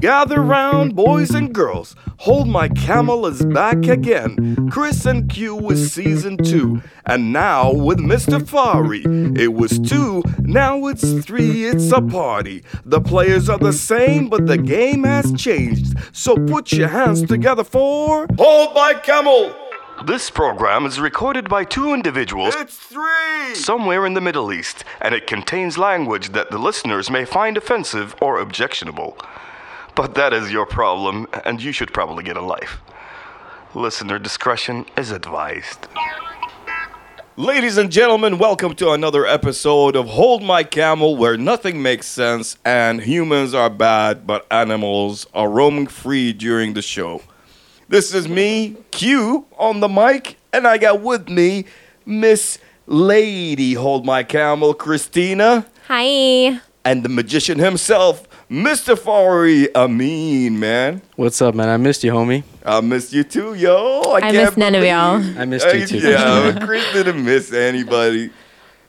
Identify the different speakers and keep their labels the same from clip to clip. Speaker 1: Gather round, boys and girls. Hold My Camel is back again. Chris and Q was season two. And now with Mr. Fari. It was two, now it's three, it's a party. The players are the same, but the game has changed. So put your hands together for. Hold My Camel! This program is recorded by two individuals.
Speaker 2: It's three!
Speaker 1: Somewhere in the Middle East, and it contains language that the listeners may find offensive or objectionable. But that is your problem, and you should probably get a life. Listener discretion is advised. Ladies and gentlemen, welcome to another episode of Hold My Camel, where nothing makes sense and humans are bad, but animals are roaming free during the show. This is me, Q, on the mic, and I got with me Miss Lady Hold My Camel, Christina,
Speaker 3: Hi.
Speaker 1: and the magician himself, Mr. Fari Amin, man.
Speaker 4: What's up, man? I missed you, homie.
Speaker 1: I miss you too, yo. I,
Speaker 3: I
Speaker 1: can't
Speaker 3: miss none of
Speaker 1: believe-
Speaker 3: y'all.
Speaker 4: I missed you too.
Speaker 1: Uh, Yeah, Chris didn't miss anybody.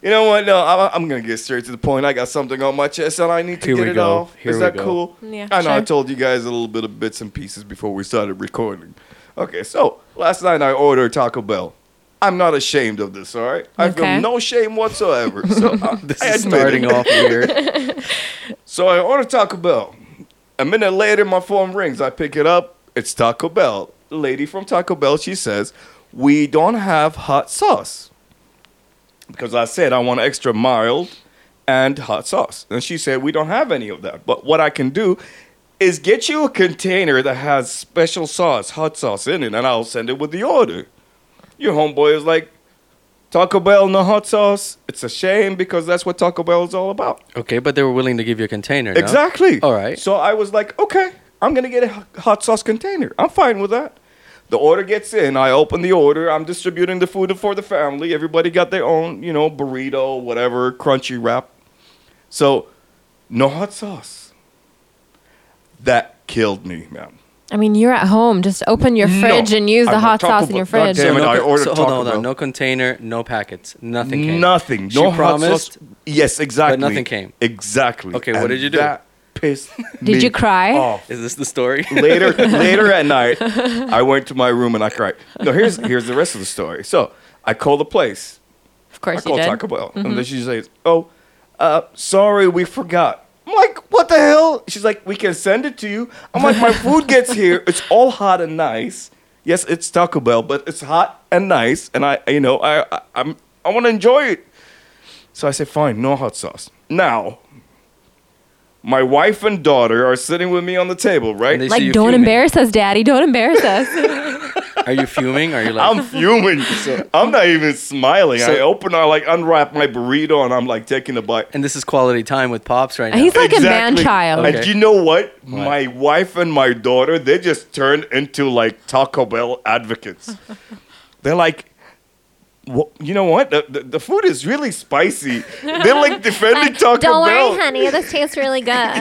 Speaker 1: You know what? No, I'm, I'm gonna get straight to the point. I got something on my chest and I need to
Speaker 4: Here
Speaker 1: get
Speaker 4: we
Speaker 1: it
Speaker 4: go.
Speaker 1: off.
Speaker 4: Here
Speaker 1: Is
Speaker 4: we
Speaker 1: that
Speaker 4: go.
Speaker 1: cool?
Speaker 3: Yeah,
Speaker 1: I know. I
Speaker 3: sure.
Speaker 1: told you guys a little bit of bits and pieces before we started recording. Okay, so last night I ordered Taco Bell. I'm not ashamed of this. All right, I feel
Speaker 3: Okay.
Speaker 1: no shame whatsoever. So I,
Speaker 4: This
Speaker 1: I
Speaker 4: is
Speaker 1: admit it.
Speaker 4: starting off weird.
Speaker 1: So I order Taco Bell. A minute later, my phone rings. I pick it up. It's Taco Bell. The lady from Taco Bell, she says, We don't have hot sauce. Because I said I want extra mild and hot sauce. And she said, We don't have any of that. But what I can do is get you a container that has special sauce, hot sauce in it, and I'll send it with the order. Your homeboy is like, Taco Bell, no hot sauce. It's a shame because that's what Taco Bell is all about.
Speaker 4: Okay, but they were willing to give you a container. no?
Speaker 1: Exactly.
Speaker 4: All right.
Speaker 1: So I was like, okay, I'm gonna get a h- hot sauce container. I'm fine with that. The order gets in. I open the order. I'm distributing the food for the family. Everybody got their own, you know, burrito, whatever, crunchy wrap. So, no hot sauce. That killed me, man.
Speaker 3: I mean, you're at home. Just open your fridge and use
Speaker 1: I
Speaker 3: the
Speaker 1: want
Speaker 3: hot
Speaker 1: Taco
Speaker 3: sauce in
Speaker 1: Bell.
Speaker 3: your fridge.
Speaker 1: Goddamn Damn it, I
Speaker 4: co-
Speaker 1: ordered
Speaker 4: so, hold
Speaker 1: Taco
Speaker 4: on, hold
Speaker 1: Bell.
Speaker 4: on. No container, no packets, nothing. Came.
Speaker 1: Nothing.
Speaker 4: She
Speaker 1: no hot
Speaker 4: promised.
Speaker 1: sauce. Yes, exactly.
Speaker 4: nothing came.
Speaker 1: Exactly.
Speaker 4: Okay, what
Speaker 1: And
Speaker 4: did you do?
Speaker 1: That pissed.
Speaker 3: Did
Speaker 1: me
Speaker 3: you cry?
Speaker 1: off.
Speaker 4: Is this the story?
Speaker 1: later later at night, I went to my room and I cried. No, here's here's the rest of the story. So I call the place.
Speaker 3: Of
Speaker 1: I
Speaker 3: course you
Speaker 1: call
Speaker 3: did. Mm-hmm.
Speaker 1: Taco Bell, and then she says, "Oh, uh, sorry, we forgot." I'm like, "What the hell?" She's like, "We can send it to you." I'm like, "My food gets here. It's all hot and nice. Yes, it's Taco Bell, but it's hot and nice, and I, you know, I, I I'm I want to enjoy it." So I said, "Fine, no hot sauce." Now. My wife and daughter are sitting with me on the table, right?
Speaker 4: And they see
Speaker 3: Like,
Speaker 4: you
Speaker 3: don't
Speaker 4: fuming.
Speaker 3: embarrass us, Daddy. Don't embarrass us.
Speaker 4: Are you fuming? Are you like?
Speaker 1: I'm fuming. I'm not even smiling. I
Speaker 4: So-
Speaker 1: open, I like unwrap my burrito, and I'm like taking a bite.
Speaker 4: and this is quality time with pops right now.
Speaker 3: He's like a man child.
Speaker 1: And
Speaker 4: Okay.
Speaker 1: you know what? My wife and my daughter, they just turned into like Taco Bell advocates. They're like, "Wha- you know what? The, the, the food is really spicy. They're like defending Taco Bell.
Speaker 3: honey. This tastes really good.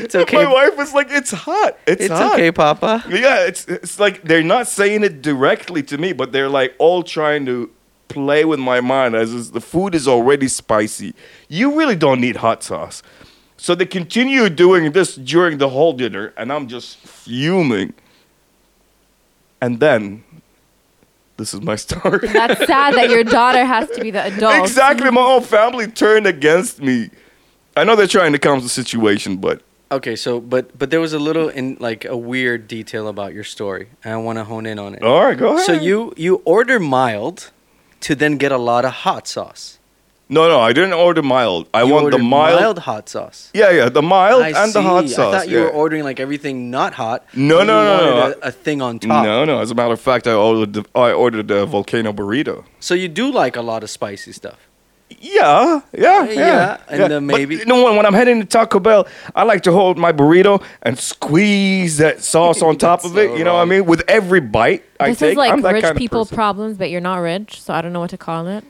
Speaker 4: it's okay.
Speaker 1: My wife was like, it's hot. It's,
Speaker 4: It's
Speaker 1: hot.
Speaker 4: okay, Papa.
Speaker 1: Yeah, it's it's like they're not saying it directly to me, but they're like all trying to play with my mind as is the food is already spicy. You really don't need hot sauce. So they continue doing this during the whole dinner, and I'm just fuming. And then this is my story.
Speaker 3: That's sad that your daughter has to be the adult.
Speaker 1: exactly, my whole family turned against me. I know they're trying to calm the situation, but
Speaker 4: Okay, so but but there was a little in like a weird detail about your story, and I want to hone in on it.
Speaker 1: all right, go ahead.
Speaker 4: So you you order mild, to then get a lot of hot sauce.
Speaker 1: No, no, I didn't order mild. I
Speaker 4: You
Speaker 1: want the
Speaker 4: ordered
Speaker 1: mild
Speaker 4: mild hot sauce.
Speaker 1: Yeah, yeah, the mild
Speaker 4: I
Speaker 1: and the hot
Speaker 4: see.
Speaker 1: sauce.
Speaker 4: I thought you
Speaker 1: yeah.
Speaker 4: were ordering like everything not hot.
Speaker 1: No,
Speaker 4: and
Speaker 1: no,
Speaker 4: you
Speaker 1: no, no,
Speaker 4: wanted A, a thing on top.
Speaker 1: No, no. As a matter of fact, I ordered the, I ordered a volcano burrito.
Speaker 4: So you do like a lot of spicy stuff.
Speaker 1: Yeah, yeah, yeah.
Speaker 4: yeah, and
Speaker 1: yeah.
Speaker 4: then
Speaker 1: But
Speaker 4: maybe-
Speaker 1: you know when, when I'm heading to Taco Bell, I like to hold my burrito and squeeze that sauce on top
Speaker 4: That's
Speaker 1: of it.
Speaker 4: so
Speaker 1: You know what I
Speaker 4: wrong.
Speaker 1: mean? With every bite I
Speaker 3: This
Speaker 1: take,
Speaker 3: is like
Speaker 1: I'm that
Speaker 3: rich
Speaker 1: kind of
Speaker 3: people
Speaker 1: person.
Speaker 3: problems, but you're not rich, so I don't know what to call it.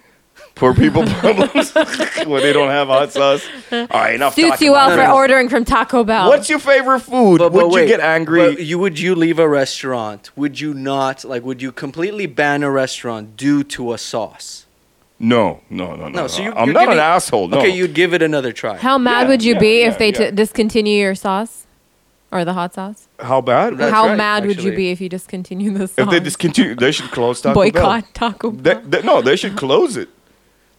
Speaker 1: poor people problems when they don't have hot sauce. All right, enough.
Speaker 3: Suits
Speaker 1: talking
Speaker 3: you well
Speaker 1: about
Speaker 3: for
Speaker 1: it.
Speaker 3: ordering from Taco Bell.
Speaker 1: What's your favorite food?
Speaker 4: But,
Speaker 1: Would
Speaker 4: but
Speaker 1: you
Speaker 4: wait,
Speaker 1: get angry?
Speaker 4: But you would you leave a restaurant? Would you not like? Would you completely ban a restaurant due to a sauce?
Speaker 1: No, no, no, no.
Speaker 4: No, so you,
Speaker 1: Uh, I'm
Speaker 4: you're
Speaker 1: not
Speaker 4: giving-
Speaker 1: an asshole. No.
Speaker 4: Okay, you'd give it another try.
Speaker 3: How mad
Speaker 1: Yeah,
Speaker 3: would you
Speaker 1: yeah,
Speaker 3: be
Speaker 1: yeah,
Speaker 3: if they
Speaker 1: yeah.
Speaker 3: t- discontinue your sauce or the hot sauce?
Speaker 1: How bad?
Speaker 4: That's
Speaker 3: How
Speaker 4: right,
Speaker 3: mad would you
Speaker 4: actually.
Speaker 3: be if you discontinue the sauce?
Speaker 1: if they discontinue, they should close Taco Bell.
Speaker 3: Uh-huh. boycott Taco
Speaker 1: They,
Speaker 3: Bell.
Speaker 1: they- no, they should close it.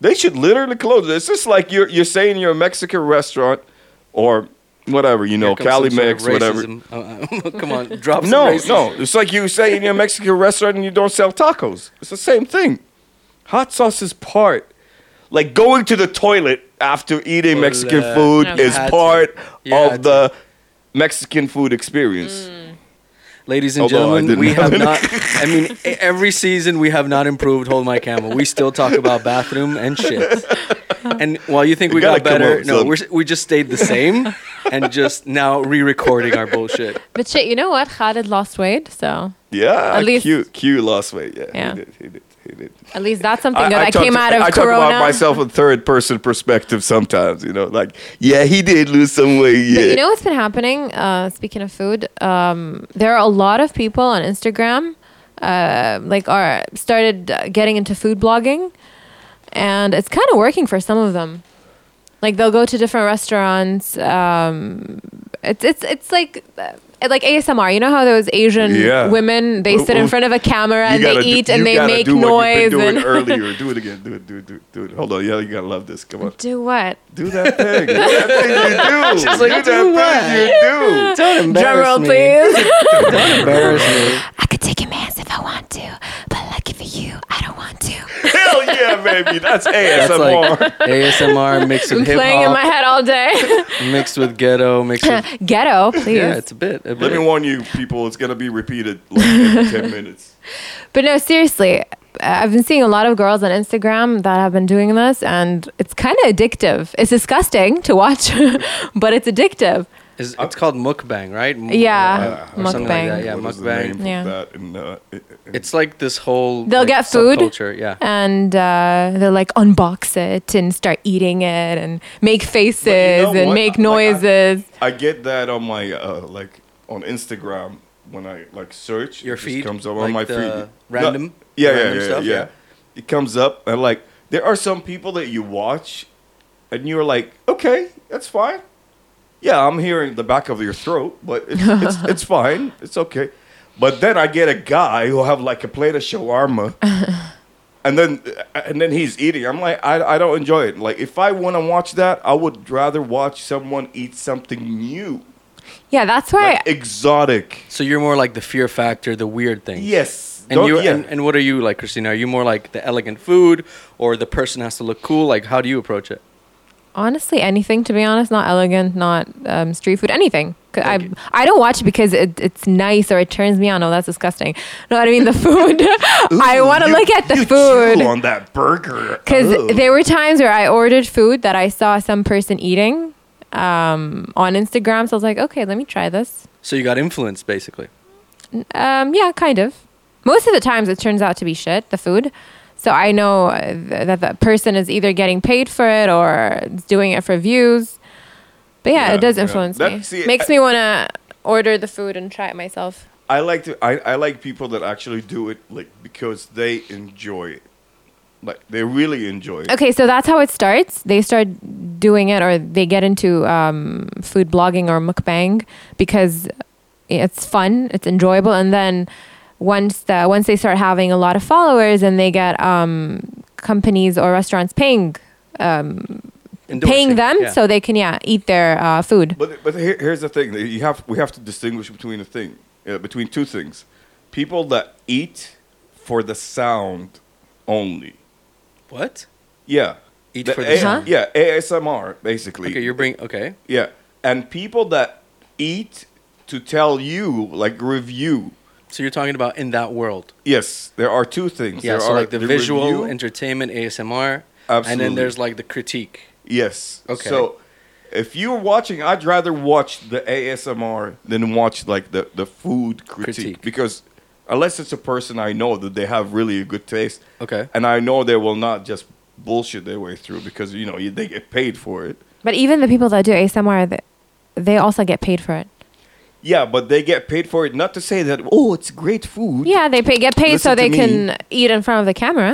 Speaker 1: They should literally close it. It's just like you're you're saying you're a Mexican restaurant or whatever, you know,
Speaker 4: Here comes
Speaker 1: Cali
Speaker 4: some sort of
Speaker 1: Mex, whatever.
Speaker 4: racism. Uh, uh, come on, drop some
Speaker 1: No,
Speaker 4: racism.
Speaker 1: no. It's like you say in your Mexican restaurant and you don't sell tacos. It's the same thing. Hot sauce is part. Like going to the toilet after eating Mexican
Speaker 4: Ole.
Speaker 1: food
Speaker 3: Yeah.
Speaker 1: is
Speaker 4: uh, Had to.
Speaker 1: part
Speaker 4: You
Speaker 1: of
Speaker 4: had
Speaker 1: the Mexican food experience.
Speaker 3: Mm.
Speaker 4: Ladies and
Speaker 1: Although I
Speaker 4: gentlemen,
Speaker 1: didn't
Speaker 4: we
Speaker 1: have
Speaker 4: have
Speaker 1: it.
Speaker 4: not. I mean, e- every season we have not improved. Hold my camel. We still talk about bathroom and shit. And while you think
Speaker 1: You
Speaker 4: we got
Speaker 1: gotta come
Speaker 4: better,
Speaker 1: up,
Speaker 4: no,
Speaker 1: son.
Speaker 4: we're, s- we just stayed the same, and just now re-recording our bullshit.
Speaker 3: But shit, you know what? Khalid lost weight, so
Speaker 1: Yeah,
Speaker 3: At least-
Speaker 1: Q Q lost weight. Yeah,
Speaker 3: Yeah.
Speaker 1: he did. He did. He did.
Speaker 3: at least that's something good. I,
Speaker 1: talk
Speaker 3: came
Speaker 1: to-
Speaker 3: out of
Speaker 1: I
Speaker 3: Corona.
Speaker 1: talk about myself in third person perspective sometimes. You know, like yeah, he did lose some weight. Yeah,
Speaker 3: But you know what's been happening? Uh, speaking of food, um, there are a lot of people on Instagram, uh, like, are started uh, getting into food blogging, and it's kind of working for some of them. Like they'll go to different restaurants. Um, it's it's it's like. Uh, like ASMR, you know how those Asian
Speaker 1: Yeah.
Speaker 3: women they
Speaker 1: Well,
Speaker 3: sit in
Speaker 1: well,
Speaker 3: front of a camera
Speaker 1: You
Speaker 3: and uh, they
Speaker 1: gotta do-
Speaker 3: eat
Speaker 1: you
Speaker 3: and they
Speaker 1: gotta
Speaker 3: make
Speaker 1: do what you've
Speaker 3: noise
Speaker 1: been doing
Speaker 3: and
Speaker 1: earlier. Do it again. Do it. Do it. Do it. Do it. Hold on. Yeah, you gotta love this. Come on.
Speaker 3: do what?
Speaker 1: Do that thing. Do that thing you do.
Speaker 4: She's like,
Speaker 1: do
Speaker 4: "Do
Speaker 1: that thing you do.
Speaker 4: Don't
Speaker 3: Drum roll, please.
Speaker 4: Don't embarrass me.
Speaker 5: I could take your man's if I want to, but lucky for you, I don't want to.
Speaker 1: Hell yeah, baby. That's
Speaker 4: That's
Speaker 1: ASMR.
Speaker 4: like ASMR mixed
Speaker 3: I'm
Speaker 4: with hip
Speaker 3: playing in my
Speaker 4: hop,
Speaker 3: head all day.
Speaker 4: mixed with ghetto, mixed with
Speaker 3: Ghetto, please.
Speaker 4: yeah, it's a bit. A
Speaker 1: Let me
Speaker 4: bit.
Speaker 1: warn you, people. It's gonna be repeated like every ten minutes.
Speaker 3: But no, seriously, uh, I've been seeing a lot of girls on Instagram that have been doing this, and it's kind of addictive. It's disgusting to watch, but it's addictive.
Speaker 4: It's, it's called mukbang, right? M- uh,
Speaker 3: Yeah,
Speaker 4: or something like
Speaker 3: mukbang.
Speaker 4: that, Yeah,
Speaker 1: What is the name
Speaker 4: mukbang.
Speaker 1: for
Speaker 3: Yeah.
Speaker 1: that in, uh, i- in-
Speaker 4: It's like this whole.
Speaker 3: They'll
Speaker 4: like,
Speaker 3: get food.
Speaker 4: subculture, Yeah.
Speaker 3: And uh, they like unbox it and start eating it and make faces and
Speaker 1: what?
Speaker 3: make
Speaker 1: Like, I-
Speaker 3: noises.
Speaker 1: I get that on my uh, like on Instagram when I like search.
Speaker 4: Your
Speaker 1: it just
Speaker 4: feed?
Speaker 1: comes up on
Speaker 4: Like
Speaker 1: my
Speaker 4: the
Speaker 1: feed.
Speaker 4: random-
Speaker 1: No, yeah, yeah,
Speaker 4: random
Speaker 1: yeah,
Speaker 4: stuff,
Speaker 1: yeah,
Speaker 4: yeah.
Speaker 1: It comes up and like there are some people that you watch, and you're like, okay, that's fine. Yeah, I'm hearing the back of your throat, but it's it's, it's fine. It's okay. But then I get a guy who have like a plate of shawarma. and then uh, and then he's eating. I'm like, I, I don't enjoy it. Like if I want to watch that, I would rather watch someone eat something new,
Speaker 3: Yeah, that's why.
Speaker 1: like exotic.
Speaker 4: So you're more like the fear factor, the weird thing.
Speaker 1: Yes,
Speaker 4: And
Speaker 1: Don't-
Speaker 4: you
Speaker 1: yeah.
Speaker 4: and, and what are you like, Christina? Are you more like the elegant food, or the person has to look cool? Like, how do you approach it?
Speaker 3: honestly anything to be honest not elegant not um, street food anything 'Cause I, I don't watch it because it, it's nice or it turns me on oh that's disgusting no i mean the food i
Speaker 1: Ooh,
Speaker 3: want to
Speaker 1: you-
Speaker 3: look at the
Speaker 1: you
Speaker 3: food
Speaker 1: chew on Oh. that burger
Speaker 3: because
Speaker 1: Ooh.
Speaker 3: there were times where I ordered food that I saw some person eating um, on Instagram. So I was like, okay, let me try this.
Speaker 4: So you got influenced, basically.
Speaker 3: Um, yeah, kind of. Most of the times it turns out to be shit, the food. So I know uh, th- that the person is either getting paid for it or it's doing it for views. But yeah,
Speaker 1: Yeah,
Speaker 3: it does
Speaker 1: yeah.
Speaker 3: influence
Speaker 1: That-
Speaker 3: me.
Speaker 1: see,
Speaker 3: Makes
Speaker 1: I-
Speaker 3: me want to order the food and try it myself.
Speaker 1: I like to I, I like people that actually do it like because they enjoy it, like they really enjoy it.
Speaker 3: Okay, so that's how it starts. They start doing it, or they get into um, food blogging or mukbang because it's fun, it's enjoyable, and then once the once they start having a lot of followers and they get um, companies or restaurants paying paying
Speaker 4: Endorsing,
Speaker 3: them,
Speaker 4: yeah.
Speaker 3: so they can yeah eat their uh, food.
Speaker 1: But but here, here's the thing: you have we have to distinguish between a thing, uh, between two things: people that eat for the sound only.
Speaker 4: what?
Speaker 1: Yeah.
Speaker 4: Eat for the sound.
Speaker 1: Yeah, ASMR basically.
Speaker 4: Okay, you're bring. Okay,
Speaker 1: yeah, and people that eat to tell you like review.
Speaker 4: so you're talking about in that world.
Speaker 1: Yes, there are two things.
Speaker 4: Yeah.
Speaker 1: there
Speaker 4: So
Speaker 1: are
Speaker 4: like the, visual
Speaker 1: review-
Speaker 4: entertainment, ASMR, and
Speaker 1: Absolutely.
Speaker 4: then there's like the critique.
Speaker 1: Yes.
Speaker 4: Okay.
Speaker 1: So if you're watching, I'd rather watch the ASMR than watch like the, the food critique,
Speaker 4: Critique.
Speaker 1: because unless it's a person I know that they have really a good taste,
Speaker 4: Okay.
Speaker 1: and I know they will not just bullshit their way through because you know you- they get paid for it.
Speaker 3: But even the people that do ASMR, they, they also get paid for it.
Speaker 1: Yeah, but they get paid for it not to say that oh it's great food.
Speaker 3: Yeah, they pay, get paid
Speaker 1: Listen
Speaker 3: so they
Speaker 1: to me.
Speaker 3: can eat in front of the camera.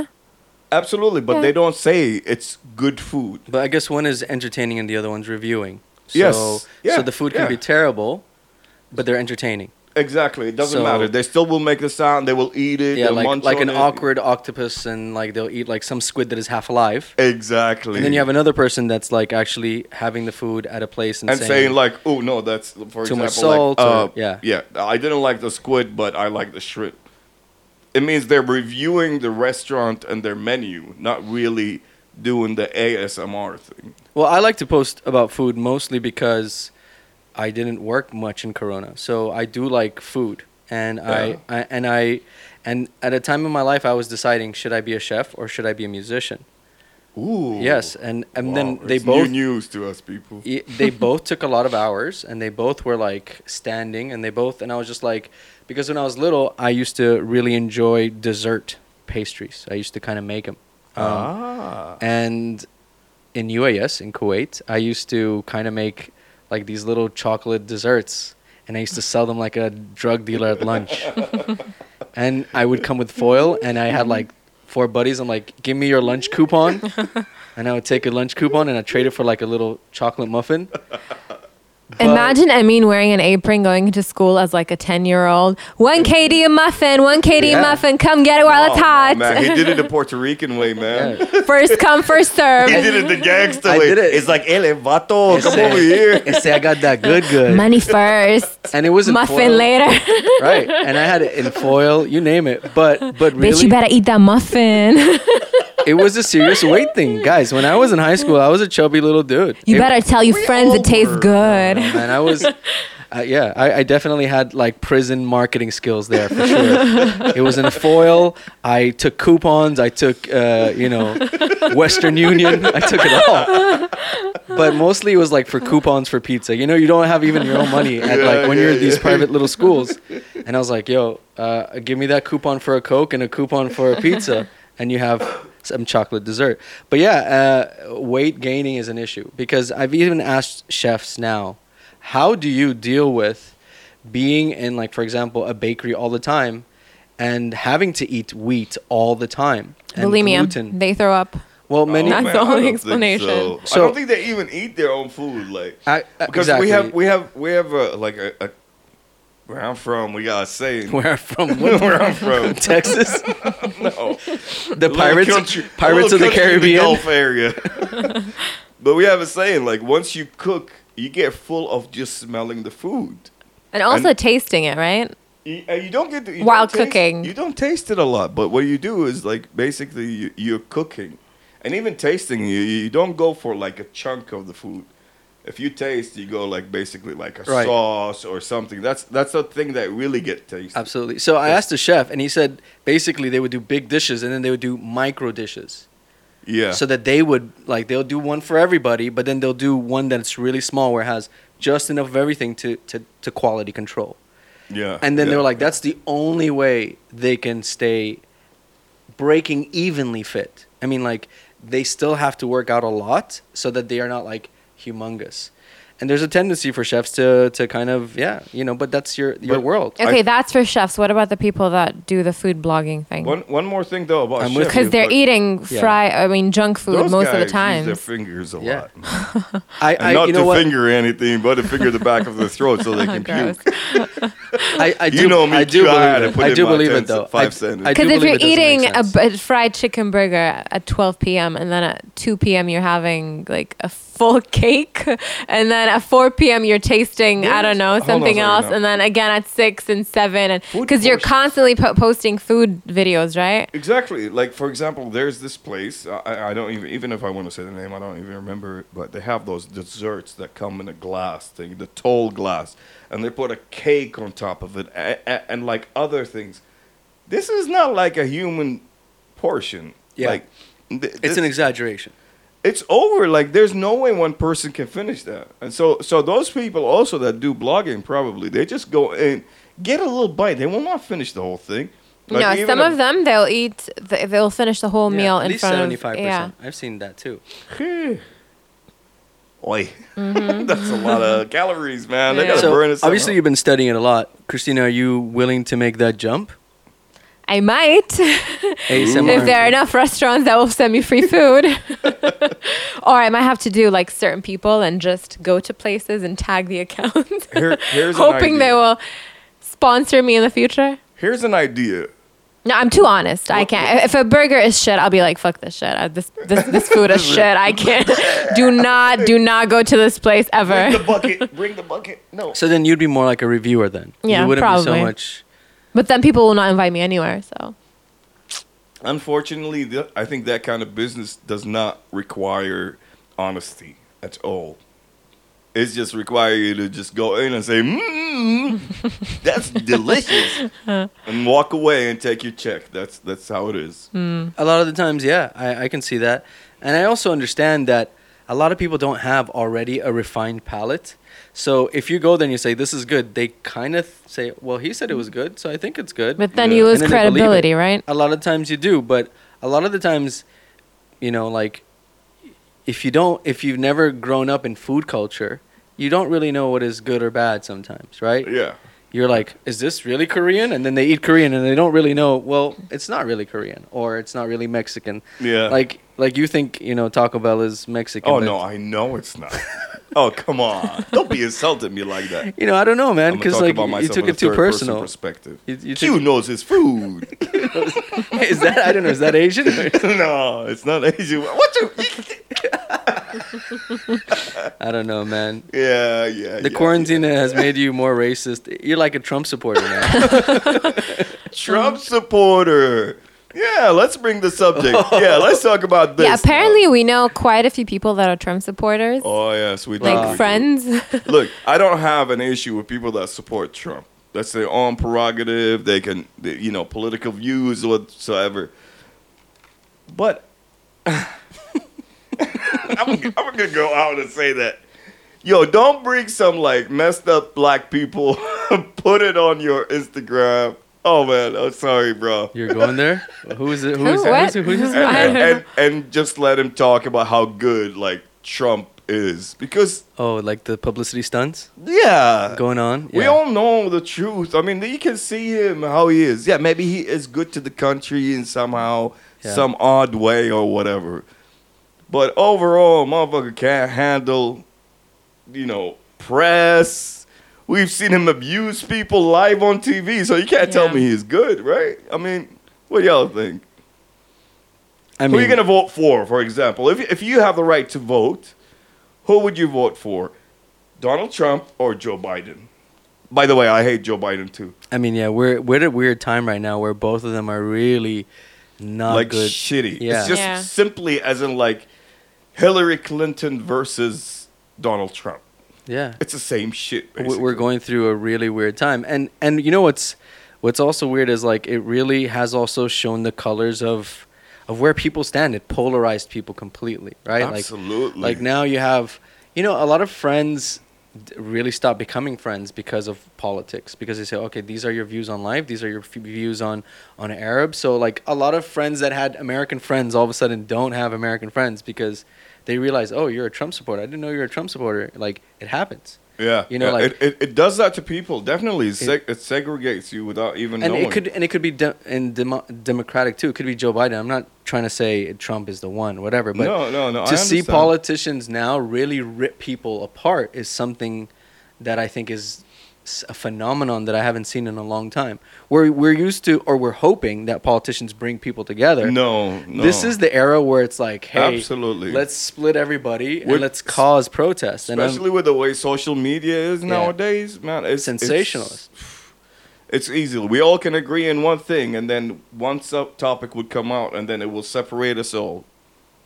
Speaker 1: absolutely, but
Speaker 3: Yeah.
Speaker 1: they don't say it's good food.
Speaker 4: But I guess one is entertaining and the other one's reviewing. So,
Speaker 1: Yes. Yeah,
Speaker 4: So the food can be
Speaker 1: yeah.
Speaker 4: terrible, but they're entertaining.
Speaker 1: Exactly, it doesn't
Speaker 4: So-
Speaker 1: matter. They still will make the sound. They will eat it.
Speaker 4: Yeah,
Speaker 1: they'll
Speaker 4: like
Speaker 1: munch
Speaker 4: like
Speaker 1: on
Speaker 4: an
Speaker 1: it.
Speaker 4: awkward octopus, and like they'll eat like some squid that is half alive.
Speaker 1: Exactly.
Speaker 4: And then you have another person that's like actually having the food at a place and,
Speaker 1: and saying, like, oh no, that's for example,
Speaker 4: much salt
Speaker 1: like,
Speaker 4: or-
Speaker 1: uh,
Speaker 4: yeah.
Speaker 1: yeah, I didn't like the squid, but I like the shrimp. It means they're reviewing the restaurant and their menu, not really doing the ASMR thing.
Speaker 4: Well, I like to post about food mostly because I didn't work much in Corona, so I do like food, and
Speaker 1: Yeah.
Speaker 4: I, I and I and at a time in my life I was deciding should I be a chef or should I be a musician.
Speaker 1: Ooh.
Speaker 4: Yes, and and then
Speaker 1: Wow,
Speaker 4: they
Speaker 1: it's
Speaker 4: both
Speaker 1: new news to us people.
Speaker 4: y- they both took a lot of hours and they both were like standing and they both and I was just like because when I was little I used to really enjoy dessert pastries. I used to kind of make um, them.
Speaker 1: ah.
Speaker 4: And in UAS in Kuwait, I used to kind of make like these little chocolate desserts, and I used to sell them like a drug dealer at lunch. and I would come with foil, and I had like four buddies. I'm like, "Give me your lunch coupon," and I would take a lunch coupon and I trade it for like a little chocolate muffin.
Speaker 3: Imagine Amin wearing an apron going into school as like a 10 year old. One KD a muffin, one KD
Speaker 4: Yeah.
Speaker 3: a muffin, come get it while
Speaker 1: Oh,
Speaker 3: it's
Speaker 1: no,
Speaker 3: hot.
Speaker 1: man, he did it the Puerto Rican way, man.
Speaker 3: first come, first
Speaker 1: He
Speaker 3: serve.
Speaker 1: did it the gangster
Speaker 4: I
Speaker 1: way.
Speaker 4: did it.
Speaker 1: It's like, ele vato, come
Speaker 4: Ese-
Speaker 1: over here.
Speaker 4: ese, I got that good, good.
Speaker 3: Money first,
Speaker 4: and it was in
Speaker 3: muffin
Speaker 4: foil.
Speaker 3: later.
Speaker 4: right? And I had it in foil, you name it. But but really,
Speaker 3: Bitch, you better eat that muffin.
Speaker 4: it was a serious weight thing, guys. When I was in high school, I was a chubby little dude.
Speaker 3: you
Speaker 4: It-
Speaker 3: better tell your friends it tastes good.
Speaker 4: man. I was, uh, yeah, I, I definitely had like prison marketing skills there for sure. it was in foil. I took coupons. I took, uh, you know, Western Union. I took it all. But mostly it was like for coupons for pizza. You know, you don't have even your own money at
Speaker 1: Yeah,
Speaker 4: like when
Speaker 1: yeah,
Speaker 4: you're at these
Speaker 1: yeah.
Speaker 4: private little schools. And I was like, yo, uh, give me that coupon for a Coke and a coupon for a pizza. And you have some chocolate dessert. But yeah, uh, weight gaining is an issue because I've even asked chefs now, how do you deal with being in, like, for example, a bakery all the time and having to eat wheat all the time? and
Speaker 3: Bulimia.
Speaker 4: gluten?
Speaker 3: They throw up.
Speaker 4: well, many.
Speaker 3: That's
Speaker 1: Man,
Speaker 3: the
Speaker 1: I
Speaker 3: only
Speaker 1: don't think
Speaker 3: explanation.
Speaker 1: So.
Speaker 4: So-
Speaker 1: I don't think they even eat their own food, like
Speaker 4: I- uh,
Speaker 1: because
Speaker 4: exactly.
Speaker 1: we have we have we have a, like a, a where I'm from. We got a saying
Speaker 4: Where I'm from,
Speaker 1: where I'm from.
Speaker 4: Texas,
Speaker 1: No,
Speaker 4: the pirates, pirates
Speaker 1: little
Speaker 4: of the
Speaker 1: country in
Speaker 4: Caribbean.
Speaker 1: Gulf area. but we have a saying like once you cook, you get full of just smelling the food.
Speaker 3: And also
Speaker 1: And-
Speaker 3: tasting it, right?
Speaker 1: You, and you don't get to, you
Speaker 3: While
Speaker 1: don't taste-
Speaker 3: cooking.
Speaker 1: you don't taste it a lot, but what you do is like basically you, you're cooking, and even tasting you you don't go for like a chunk of the food. If you taste, you go like basically like a
Speaker 4: Right.
Speaker 1: sauce or something. That's that's the thing that really get tasted.
Speaker 4: Absolutely. So I asked the chef, and he said basically they would do big dishes and then they would do micro dishes.
Speaker 1: Yeah.
Speaker 4: So that they would, like, they'll do one for everybody, but then they'll do one that's really small where it has just enough of everything to, to, to quality control.
Speaker 1: yeah.
Speaker 4: And then they
Speaker 1: yeah.
Speaker 4: were like, that's the only way they can stay breaking evenly fit. I mean, like, they still have to work out a lot so that they are not like humongous. And there's a tendency for chefs to, to kind of, yeah, you know, but that's your, your
Speaker 1: But-
Speaker 4: world.
Speaker 3: Okay, that's for chefs. What about the people that do the food blogging thing?
Speaker 1: one one more thing though about
Speaker 4: I'm with
Speaker 1: chefs
Speaker 4: you,
Speaker 3: Because
Speaker 1: is,
Speaker 3: they're
Speaker 1: like,
Speaker 3: eating
Speaker 4: Yeah.
Speaker 3: fry, I mean, junk food
Speaker 1: those
Speaker 3: most
Speaker 1: guys
Speaker 3: of the
Speaker 1: use
Speaker 3: time.
Speaker 1: their fingers a
Speaker 4: Yeah.
Speaker 1: lot.
Speaker 4: I,
Speaker 1: And
Speaker 4: I
Speaker 1: not
Speaker 4: you know
Speaker 1: to
Speaker 4: what?
Speaker 1: finger anything, but to finger the back of the throat so they can
Speaker 3: Gross.
Speaker 1: puke.
Speaker 4: I, I do,
Speaker 1: You know me,
Speaker 4: I do
Speaker 1: too. I
Speaker 4: believe
Speaker 1: had to
Speaker 4: it.
Speaker 1: put
Speaker 4: I
Speaker 1: in
Speaker 4: do
Speaker 1: my
Speaker 4: believe
Speaker 1: 10
Speaker 4: it though.
Speaker 1: five
Speaker 4: I-
Speaker 1: cents.
Speaker 4: I do
Speaker 3: Because if
Speaker 4: believe
Speaker 3: you're
Speaker 4: it doesn't
Speaker 3: eating
Speaker 4: make
Speaker 3: a,
Speaker 4: sense.
Speaker 3: b- a fried chicken burger at 12 p.m. and then at 2 p.m. you're having like a full cake, and then at 4 p.m. you're tasting I don't know
Speaker 1: Hold on,
Speaker 3: something
Speaker 1: sorry,
Speaker 3: else,
Speaker 1: no.
Speaker 3: and then again at six and seven, and
Speaker 1: Food
Speaker 3: because you're
Speaker 1: portions.
Speaker 3: constantly po- posting food videos, right?
Speaker 1: Exactly. Like for example, there's this place. I- I, I don't even even if I want to say the name, I don't even remember. it, But they have those desserts that come in a glass thing, the tall glass, and they put a cake on top of it and, and like other things. This is not like a human portion.
Speaker 4: Yeah.
Speaker 1: Like th-
Speaker 4: It's
Speaker 1: this-
Speaker 4: an exaggeration.
Speaker 1: it's over. Like there's no way one person can finish that. And so so those people also that do blogging probably they just go and get a little bite. They will not finish the whole thing. Like,
Speaker 3: no,
Speaker 1: even
Speaker 3: some
Speaker 1: a-
Speaker 3: of them they'll eat, th- they'll finish the whole meal
Speaker 4: at
Speaker 3: in
Speaker 4: least
Speaker 3: front
Speaker 4: seventy-five
Speaker 3: of yeah.
Speaker 4: percent. I've seen that too.
Speaker 1: Oi. That's a lot of calories, man. They
Speaker 3: Yeah.
Speaker 1: gotta
Speaker 4: Mm-hmm. So
Speaker 1: burn it.
Speaker 4: obviously,
Speaker 1: somehow.
Speaker 4: you've been studying it a lot, Christina. Are you willing to make that jump?
Speaker 3: I might.
Speaker 4: ASMR.
Speaker 3: if there are enough restaurants that will send me free food. or I might have to do like certain people and just go to places and tag the account,
Speaker 1: Here, here's an
Speaker 3: hoping they
Speaker 1: idea.
Speaker 3: will sponsor me in the future.
Speaker 1: Here's an idea.
Speaker 3: No, I'm too honest. I can't. If a burger is shit, I'll be like, "Fuck this shit. Uh, This this this food is shit. I can't. Do not do not go to this place ever."
Speaker 1: bucket. Bring the bucket. No.
Speaker 4: So then you'd be more like a reviewer then.
Speaker 3: Yeah,
Speaker 4: you wouldn't be
Speaker 3: probably.
Speaker 4: so much.
Speaker 3: But then people will not invite me anywhere. So
Speaker 1: Unfortunately, th- I think that kind of business does not require honesty at all. It's just require you to just go in and say, mmm, that's delicious, and walk away and take your check. That's that's how it is.
Speaker 4: A lot of the times, yeah, I, I can see that, and I also understand that a lot of people don't have already a refined palate. So if you go there and you say this is good, they kind of say, well, he said it was good, so I think it's good.
Speaker 3: But then
Speaker 1: Yeah.
Speaker 3: you
Speaker 4: And then
Speaker 3: lose
Speaker 4: they believe it.
Speaker 3: credibility, right?
Speaker 4: a lot of times you do but a lot of the times you know like if you don't if you've never grown up in food culture you don't really know what is good or bad sometimes right
Speaker 1: Yeah.
Speaker 4: you're like is this really korean and then they eat korean and they don't really know well it's not really korean or it's not really mexican
Speaker 1: Yeah.
Speaker 4: like like you think you know taco bell is mexican
Speaker 1: Oh
Speaker 4: but-
Speaker 1: no, I know it's not. oh come on, don't be insulting me like that.
Speaker 4: you know i don't know man
Speaker 1: I'ma
Speaker 4: because
Speaker 1: talk
Speaker 4: like
Speaker 1: about
Speaker 4: you
Speaker 1: myself
Speaker 4: took
Speaker 1: in a
Speaker 4: it too
Speaker 1: third-person
Speaker 4: personal
Speaker 1: Perspective.
Speaker 4: You- you
Speaker 1: Q
Speaker 4: took-
Speaker 1: knows his food.
Speaker 4: is that i don't know is that asian or-
Speaker 1: no, it's not Asian. What you?
Speaker 4: i don't know man
Speaker 1: Yeah, yeah.
Speaker 4: The
Speaker 1: yeah,
Speaker 4: quarantine has made you more racist. You're like a Trump supporter now.
Speaker 1: yeah. Trump supporter. Yeah, let's bring the subject. Yeah, let's talk about this.
Speaker 3: Yeah.
Speaker 1: now.
Speaker 3: Apparently, we know quite a few people that are Trump supporters,
Speaker 1: Oh yes, we do.
Speaker 3: like
Speaker 1: We do.
Speaker 3: friends.
Speaker 1: Look, I don't have an issue with people that support Trump. That's their own prerogative. They can, they- you know, political views whatsoever. But I'm, I'm gonna go out and say that, yo, don't bring some like messed up black people. put it on your Instagram. Oh man, I'm sorry, bro.
Speaker 4: You're going there? Who is it? Who
Speaker 3: Who?
Speaker 4: is it?
Speaker 3: What?
Speaker 4: Who's, who's,
Speaker 3: Who?
Speaker 4: who's
Speaker 3: I
Speaker 1: and,
Speaker 3: don't
Speaker 1: and, and just let him talk about how good like Trump is because
Speaker 4: Oh, like the publicity stunts
Speaker 1: yeah,
Speaker 4: going on?
Speaker 1: Uh, We
Speaker 4: Yeah.
Speaker 1: all know the truth. I mean, you can see him how he is. Yeah, maybe he is good to the country in somehow
Speaker 4: Yeah.
Speaker 1: some odd way or whatever. But overall, motherfucker can't handle, you know, press. We've seen him abuse people live on TV, so you can't tell
Speaker 3: Yeah.
Speaker 1: me he's good, right? I mean, what do y'all think?
Speaker 4: I
Speaker 1: who are you going
Speaker 4: mean,
Speaker 1: to vote for, for example? If, if you have the right to vote, who would you vote for? Donald Trump or Joe Biden? By the way, I hate Joe Biden too.
Speaker 4: I mean, yeah, we're we're at a weird time right now where both of them are really not
Speaker 1: like
Speaker 4: Ah, good.
Speaker 1: shitty.
Speaker 4: Yeah.
Speaker 1: It's just
Speaker 3: Yeah.
Speaker 1: simply as in like Hillary Clinton versus Donald Trump.
Speaker 4: yeah.
Speaker 1: It's the same shit.
Speaker 4: We-
Speaker 1: Basically.
Speaker 4: We're going through a really weird time, and and you know what's what's also weird is like it really has also shown the colors of of where people stand. It polarized people completely, right? Like-
Speaker 1: Absolutely.
Speaker 4: Like now you have, you know, a lot of friends d- really stop becoming friends because of politics because they say okay these are your views on life these are your f- views on on arab so like a lot of friends that had american friends all of a sudden don't have american friends because they realize oh you're a trump supporter i didn't know you're a trump supporter like it happens
Speaker 1: yeah,
Speaker 4: you know,
Speaker 1: Yeah, it,
Speaker 4: like-
Speaker 1: it, it does that to people. Definitely, it, seg- it segregates you without even
Speaker 4: and
Speaker 1: knowing.
Speaker 4: it could and it could be de- and demo- democratic too. It could be Joe Biden. I'm not trying to say Trump is the one, whatever. But
Speaker 1: No, no, no, I
Speaker 4: To see
Speaker 1: understand.
Speaker 4: politicians now really rip people apart is something that I think is s- a phenomenon that I haven't seen in a long time. We're we're used to or we're hoping that politicians bring people together.
Speaker 1: No, no.
Speaker 4: This is the era where it's like, hey,
Speaker 1: Absolutely.
Speaker 4: let's split everybody and
Speaker 1: We're-
Speaker 4: let's cause protests. And I'm-
Speaker 1: especially with the way social media is nowadays, man. It's it's-
Speaker 4: Sensationalist.
Speaker 1: It's, easy. We all can agree in one thing, and then one sub topic would come out, and then it will separate us all.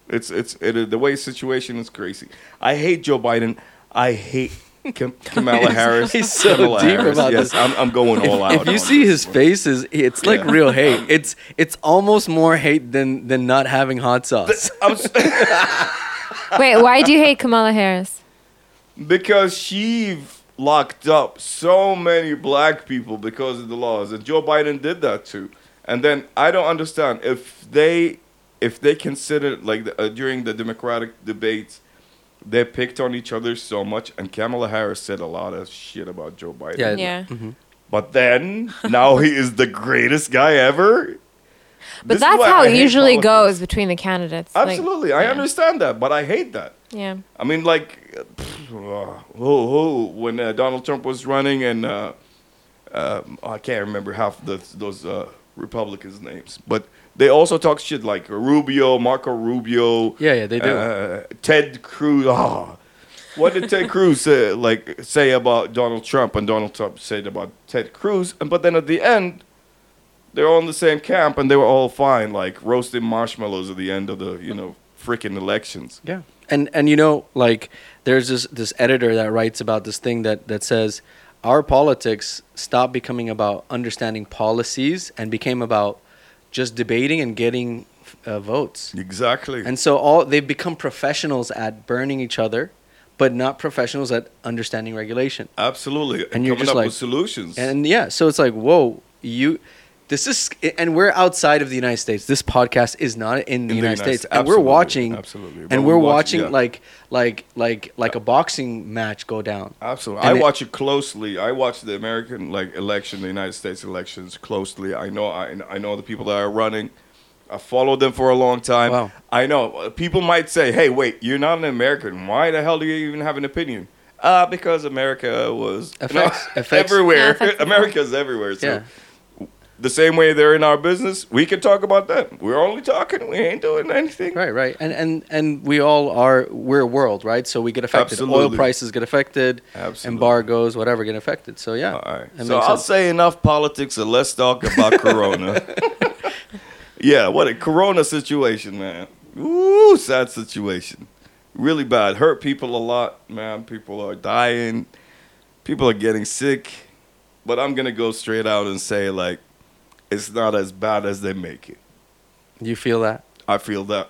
Speaker 1: It's it's it, is- the way situation is crazy. I hate Joe Biden. I hate Kam- Kamala Harris.
Speaker 4: he's so
Speaker 1: Kamala
Speaker 4: deep about
Speaker 1: yes,
Speaker 4: this.
Speaker 1: I'm, I'm going all out.
Speaker 4: if, if you
Speaker 1: on
Speaker 4: see
Speaker 1: this
Speaker 4: his
Speaker 1: one.
Speaker 4: faces, it's like
Speaker 1: Yeah.
Speaker 4: real hate. It's it's almost more hate than than not having hot sauce.
Speaker 1: I'm s-
Speaker 3: Wait, why do you hate Kamala Harris?
Speaker 1: Because she locked up so many black people because of the laws, and Joe Biden did that too. And then I don't understand if they if they considered like the, uh, during the Democratic debates, they picked on each other so much, and Kamala Harris said a lot of shit about Joe Biden.
Speaker 4: Yeah.
Speaker 3: Yeah.
Speaker 1: But then now he is the greatest guy ever.
Speaker 3: But
Speaker 1: This is
Speaker 3: that's
Speaker 1: why
Speaker 3: how
Speaker 1: I
Speaker 3: it
Speaker 1: hate
Speaker 3: usually
Speaker 1: politics.
Speaker 3: goes between the candidates. Like,
Speaker 1: Absolutely, I
Speaker 3: yeah.
Speaker 1: understand that, but I hate that.
Speaker 3: Yeah.
Speaker 1: I mean, like, pfft, uh, who, who, when uh, Donald Trump was running, and uh, um, I can't remember half the, those uh, Republicans' names, but they also talk shit like Rubio, Marco Rubio.
Speaker 4: Yeah, yeah, they do.
Speaker 1: Uh, Ted Cruz. ah. What did Ted Cruz say, like say about Donald Trump, and Donald Trump said about Ted Cruz, and but then at the end, they're all in the same camp, and they were all fine, like roasting marshmallows at the end of the you know freaking elections.
Speaker 4: Yeah. And and you know, like there's this this editor that writes about this thing that that says our politics stopped becoming about understanding policies and became about just debating and getting uh, votes.
Speaker 1: Exactly.
Speaker 4: And so all they've become professionals at burning each other, but not professionals at understanding regulation.
Speaker 1: Absolutely. And,
Speaker 4: And you're
Speaker 1: coming
Speaker 4: just
Speaker 1: up
Speaker 4: like-
Speaker 1: with solutions.
Speaker 4: And yeah, so it's like, whoa, you. This is, and we're outside of the United States. This podcast is not in the, United, States, and we're
Speaker 1: absolutely,
Speaker 4: watching,
Speaker 1: absolutely. But
Speaker 4: and
Speaker 1: we
Speaker 4: we're
Speaker 1: watch-
Speaker 4: watching
Speaker 1: yeah.
Speaker 4: like, like, like, like a boxing match go down.
Speaker 1: Absolutely.
Speaker 4: and
Speaker 1: I
Speaker 4: it-
Speaker 1: watch it closely. I watch the American like election, the United States elections closely. I know I, I know the people that are running. I followed them for a long time.
Speaker 4: Wow.
Speaker 1: I know uh, people might say, "Hey, wait, you're not an American. Why the hell do you even have an opinion?" Uh, because America was you know,
Speaker 4: Affects- affects-
Speaker 3: Yeah,
Speaker 1: everywhere.
Speaker 3: affects-
Speaker 1: America's everywhere. So
Speaker 4: Yeah.
Speaker 1: the same way they're in our business, we can talk about them. We're only talking. We ain't doing anything.
Speaker 4: Right, right, and and and we all are. We're a world, right? So we get affected. Oil
Speaker 1: Absolutely.
Speaker 4: prices get affected.
Speaker 1: Absolutely.
Speaker 4: Embargoes, whatever, get affected. So yeah.
Speaker 1: All right.
Speaker 4: that
Speaker 1: So
Speaker 4: makes
Speaker 1: I'll
Speaker 4: sense.
Speaker 1: say enough politics and let's talk about Corona. yeah, what a Corona situation, man. Ooh, sad situation. Really bad. Hurt people a lot, man. People are dying. People are getting sick. But I'm going to go straight out and say, like, it's not as bad as they make it.
Speaker 4: you feel that.
Speaker 1: I feel that.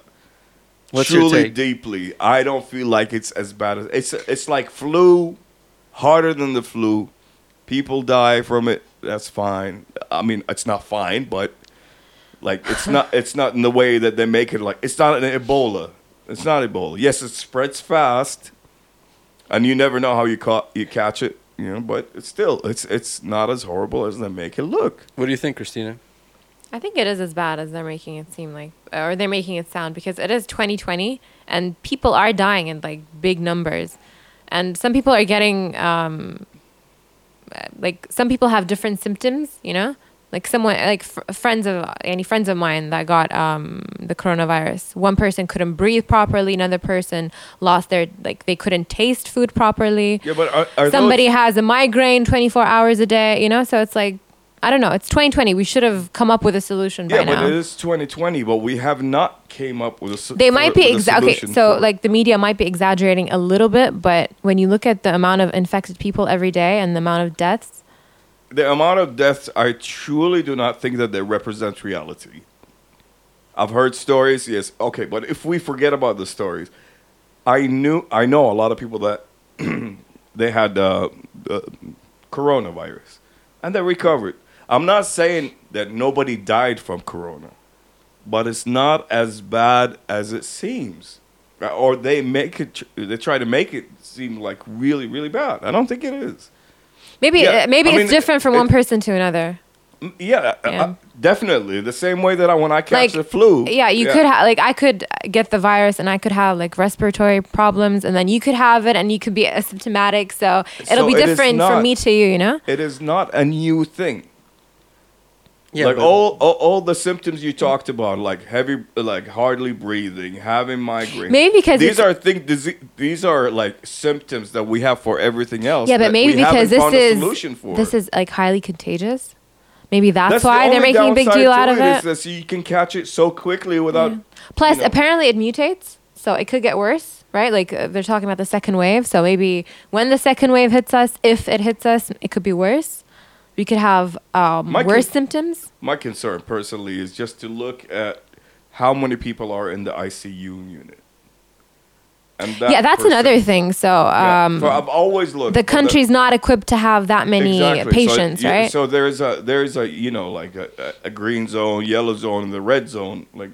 Speaker 4: What's your
Speaker 1: truly
Speaker 4: take?
Speaker 1: deeply. I don't feel like it's as bad as it's. It's like flu, harder than the flu. People die from it. That's fine. I mean, it's not fine, but like it's not. It's not in the way that they make it. Like it's not an Ebola. It's not Ebola. Yes, it spreads fast, and you never know how you caught you catch it. You know, but it's still it's it's not as horrible as they make it look.
Speaker 4: What do you think, Christina?
Speaker 3: I think it is as bad as they're making it seem like, or they're making it sound, because it is 2020 and people are dying in like big numbers. And some people are getting, um, uh, like, some people have different symptoms, you know? Like, someone, like, fr- friends of, any friends of mine that got um, the coronavirus, one person couldn't breathe properly, another person lost their, like, they couldn't taste food properly
Speaker 1: Yeah, but are, are
Speaker 3: somebody has a migraine 24 hours a day, you know? So it's like, I don't know. It's 2020. We should have come up with a solution
Speaker 1: Yeah,
Speaker 3: by
Speaker 1: but
Speaker 3: now.
Speaker 1: it is 2020, but we have not came up with a. so-
Speaker 3: they might
Speaker 1: for-
Speaker 3: be
Speaker 1: with a
Speaker 3: exa- okay.
Speaker 1: solution
Speaker 3: So
Speaker 1: for-
Speaker 3: like the media might be exaggerating a little bit, but when you look at the amount of infected people every day and the amount of deaths,
Speaker 1: the amount of deaths, I truly do not think that they represent reality. I've heard stories, yes, okay, but if we forget about the stories, I knew, I know a lot of people that they had uh, uh, coronavirus and they recovered. I'm not saying that nobody died from corona, but it's not as bad as it seems, or they make it, tr- they try to make it seem like really, really bad. I don't think it is.
Speaker 3: maybe
Speaker 1: Yeah,
Speaker 3: uh, maybe
Speaker 1: I
Speaker 3: it's
Speaker 1: mean,
Speaker 3: different from
Speaker 1: it-
Speaker 3: one person to another.
Speaker 1: Mm, Yeah, uh,
Speaker 3: Yeah.
Speaker 1: uh, definitely. The same way that I when I catch the flu.
Speaker 3: Yeah, you could have like I could get the virus and I could have like respiratory problems and then you could have it and you could be asymptomatic. So it'll
Speaker 1: So
Speaker 3: be
Speaker 1: it is
Speaker 3: different from
Speaker 1: not-
Speaker 3: me to you, you know?
Speaker 1: It is not a new thing.
Speaker 4: Yeah,
Speaker 1: like
Speaker 4: but-
Speaker 1: all, all all the symptoms you talked about, like heavy, like hardly breathing, having migraine.
Speaker 3: Maybe because
Speaker 1: these
Speaker 3: it's-
Speaker 1: are thing dise- these are like symptoms that we have for everything else.
Speaker 3: Yeah, but
Speaker 1: that
Speaker 3: maybe
Speaker 1: we haven't
Speaker 3: because this
Speaker 1: found a
Speaker 3: is
Speaker 1: solution for.
Speaker 3: this is like highly contagious. Maybe that's,
Speaker 1: the
Speaker 3: why they're
Speaker 1: only
Speaker 3: making a big
Speaker 1: downside
Speaker 3: deal
Speaker 1: to
Speaker 3: out of
Speaker 1: is
Speaker 3: it.
Speaker 1: that so you can catch it so quickly without.
Speaker 3: Plus,
Speaker 1: you know.
Speaker 3: apparently, it mutates, so it could get worse, right? Like uh, they're talking about the second wave. So maybe when the second wave hits us, if it hits us, it could be worse. We could have um,
Speaker 1: My
Speaker 3: worse
Speaker 1: con-
Speaker 3: symptoms.
Speaker 1: My concern personally is just to look at how many people are in the ICU unit. And that
Speaker 3: yeah, that's
Speaker 1: percent-
Speaker 3: another thing. So
Speaker 1: Yeah,
Speaker 3: um,
Speaker 1: so uh, I've always looked.
Speaker 3: the
Speaker 1: for that.
Speaker 3: country's not equipped to have that many
Speaker 1: Exactly.
Speaker 3: patients,
Speaker 1: so, yeah,
Speaker 3: right?
Speaker 1: So there's a there's a you know like a, a- a green zone, yellow zone, and the red zone. Like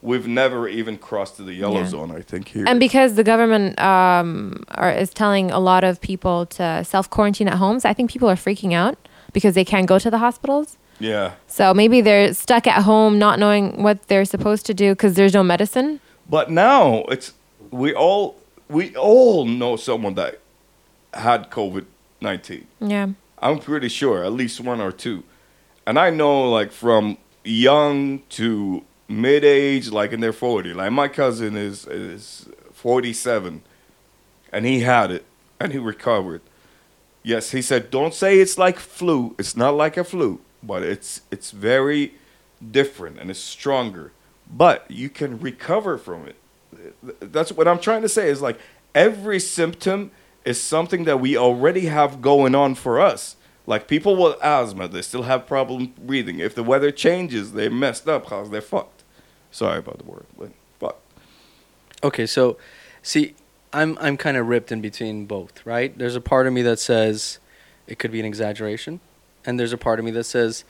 Speaker 1: we've never even crossed to the yellow
Speaker 3: Yeah.
Speaker 1: zone. I think here.
Speaker 3: and because the government um, are, is telling a lot of people to self quarantine at homes, I think people are freaking out because they can't go to the hospitals.
Speaker 1: Yeah.
Speaker 3: So maybe they're stuck at home, not knowing what they're supposed to do because there's no medicine.
Speaker 1: But now it's we all we all know someone that had COVID nineteen.
Speaker 3: Yeah.
Speaker 1: I'm pretty sure, at least one or two. And I know like from young to mid age, like in their forty. Like my cousin is is forty seven and he had it and he recovered. Yes, he said, Don't say it's like flu. It's not like a flu, but it's it's very different and it's stronger. But you can recover from it. Th- That's what I'm trying to say is like every symptom is something that we already have going on for us. Like people with asthma, they still have problem breathing. If the weather changes, they messed up, cause they're fucked. Sorry about the word, but fucked.
Speaker 4: Okay, so see, I'm I'm kind of ripped in between both, right? There's a part of me that says it could be an exaggeration, and there's a part of me that says,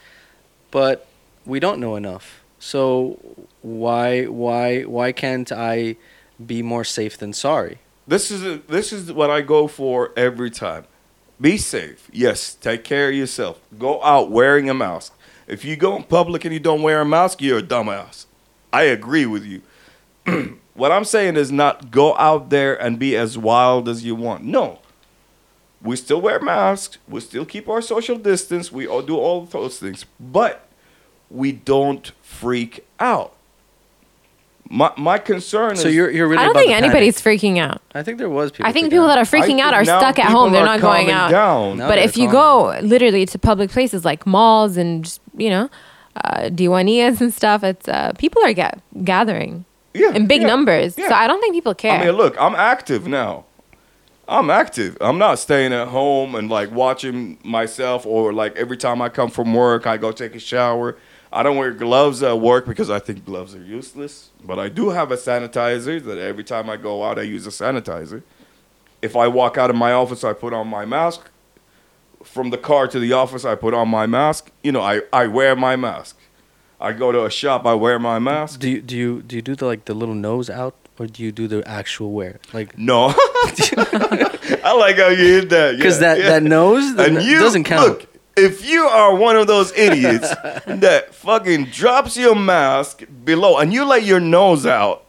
Speaker 4: but we don't know enough. So why why why can't I be more safe than sorry?
Speaker 1: This is this is what I go for every time. Be safe. Yes, take care of yourself. Go out wearing a mask. If you go in public and you don't wear a mask, you're a dumbass. I agree with you. what I'm saying is not go out there and be as wild as you want. No. We still wear masks. We still keep our social distance. We all do all those things. But we don't freak out. My my concern
Speaker 4: So
Speaker 1: is
Speaker 4: you're you're really
Speaker 3: I don't
Speaker 4: about
Speaker 3: think
Speaker 4: the panic.
Speaker 3: anybody's freaking out.
Speaker 4: I think there was people.
Speaker 3: I think people that are
Speaker 1: I
Speaker 3: freaking
Speaker 1: think
Speaker 3: out are
Speaker 1: now
Speaker 3: stuck at
Speaker 1: people
Speaker 3: home. They're
Speaker 1: are
Speaker 3: not going
Speaker 1: calming
Speaker 3: out.
Speaker 1: down.
Speaker 4: No,
Speaker 3: but
Speaker 4: they're
Speaker 3: if you
Speaker 4: calm.
Speaker 3: go literally to public places like malls and just, you know, uh, Diwanias and stuff, it's uh, people are ga- gathering
Speaker 1: Yeah,
Speaker 3: in big
Speaker 1: yeah,
Speaker 3: numbers. So
Speaker 1: yeah.
Speaker 3: I don't think people care.
Speaker 1: I mean, look, I'm active now. I'm active. I'm not staying at home and like watching myself or like every time I come from work, I go take a shower. I don't wear gloves at work because I think gloves are useless. But I do have a sanitizer that every time I go out, I use a sanitizer. If I walk out of my office, I put on my mask. From the car to the office, I put on my mask. You know, I, I wear my mask. I go to a shop, I wear my mask.
Speaker 4: Do you do you do you do the like the little nose out, or do you do the actual wear? Like
Speaker 1: No. I like how you hit that.
Speaker 4: because
Speaker 1: yeah,
Speaker 4: that
Speaker 1: yeah.
Speaker 4: that nose the
Speaker 1: and
Speaker 4: n-
Speaker 1: you
Speaker 4: doesn't count.
Speaker 1: Look, if you are one of those idiots that fucking drops your mask below and you let your nose out,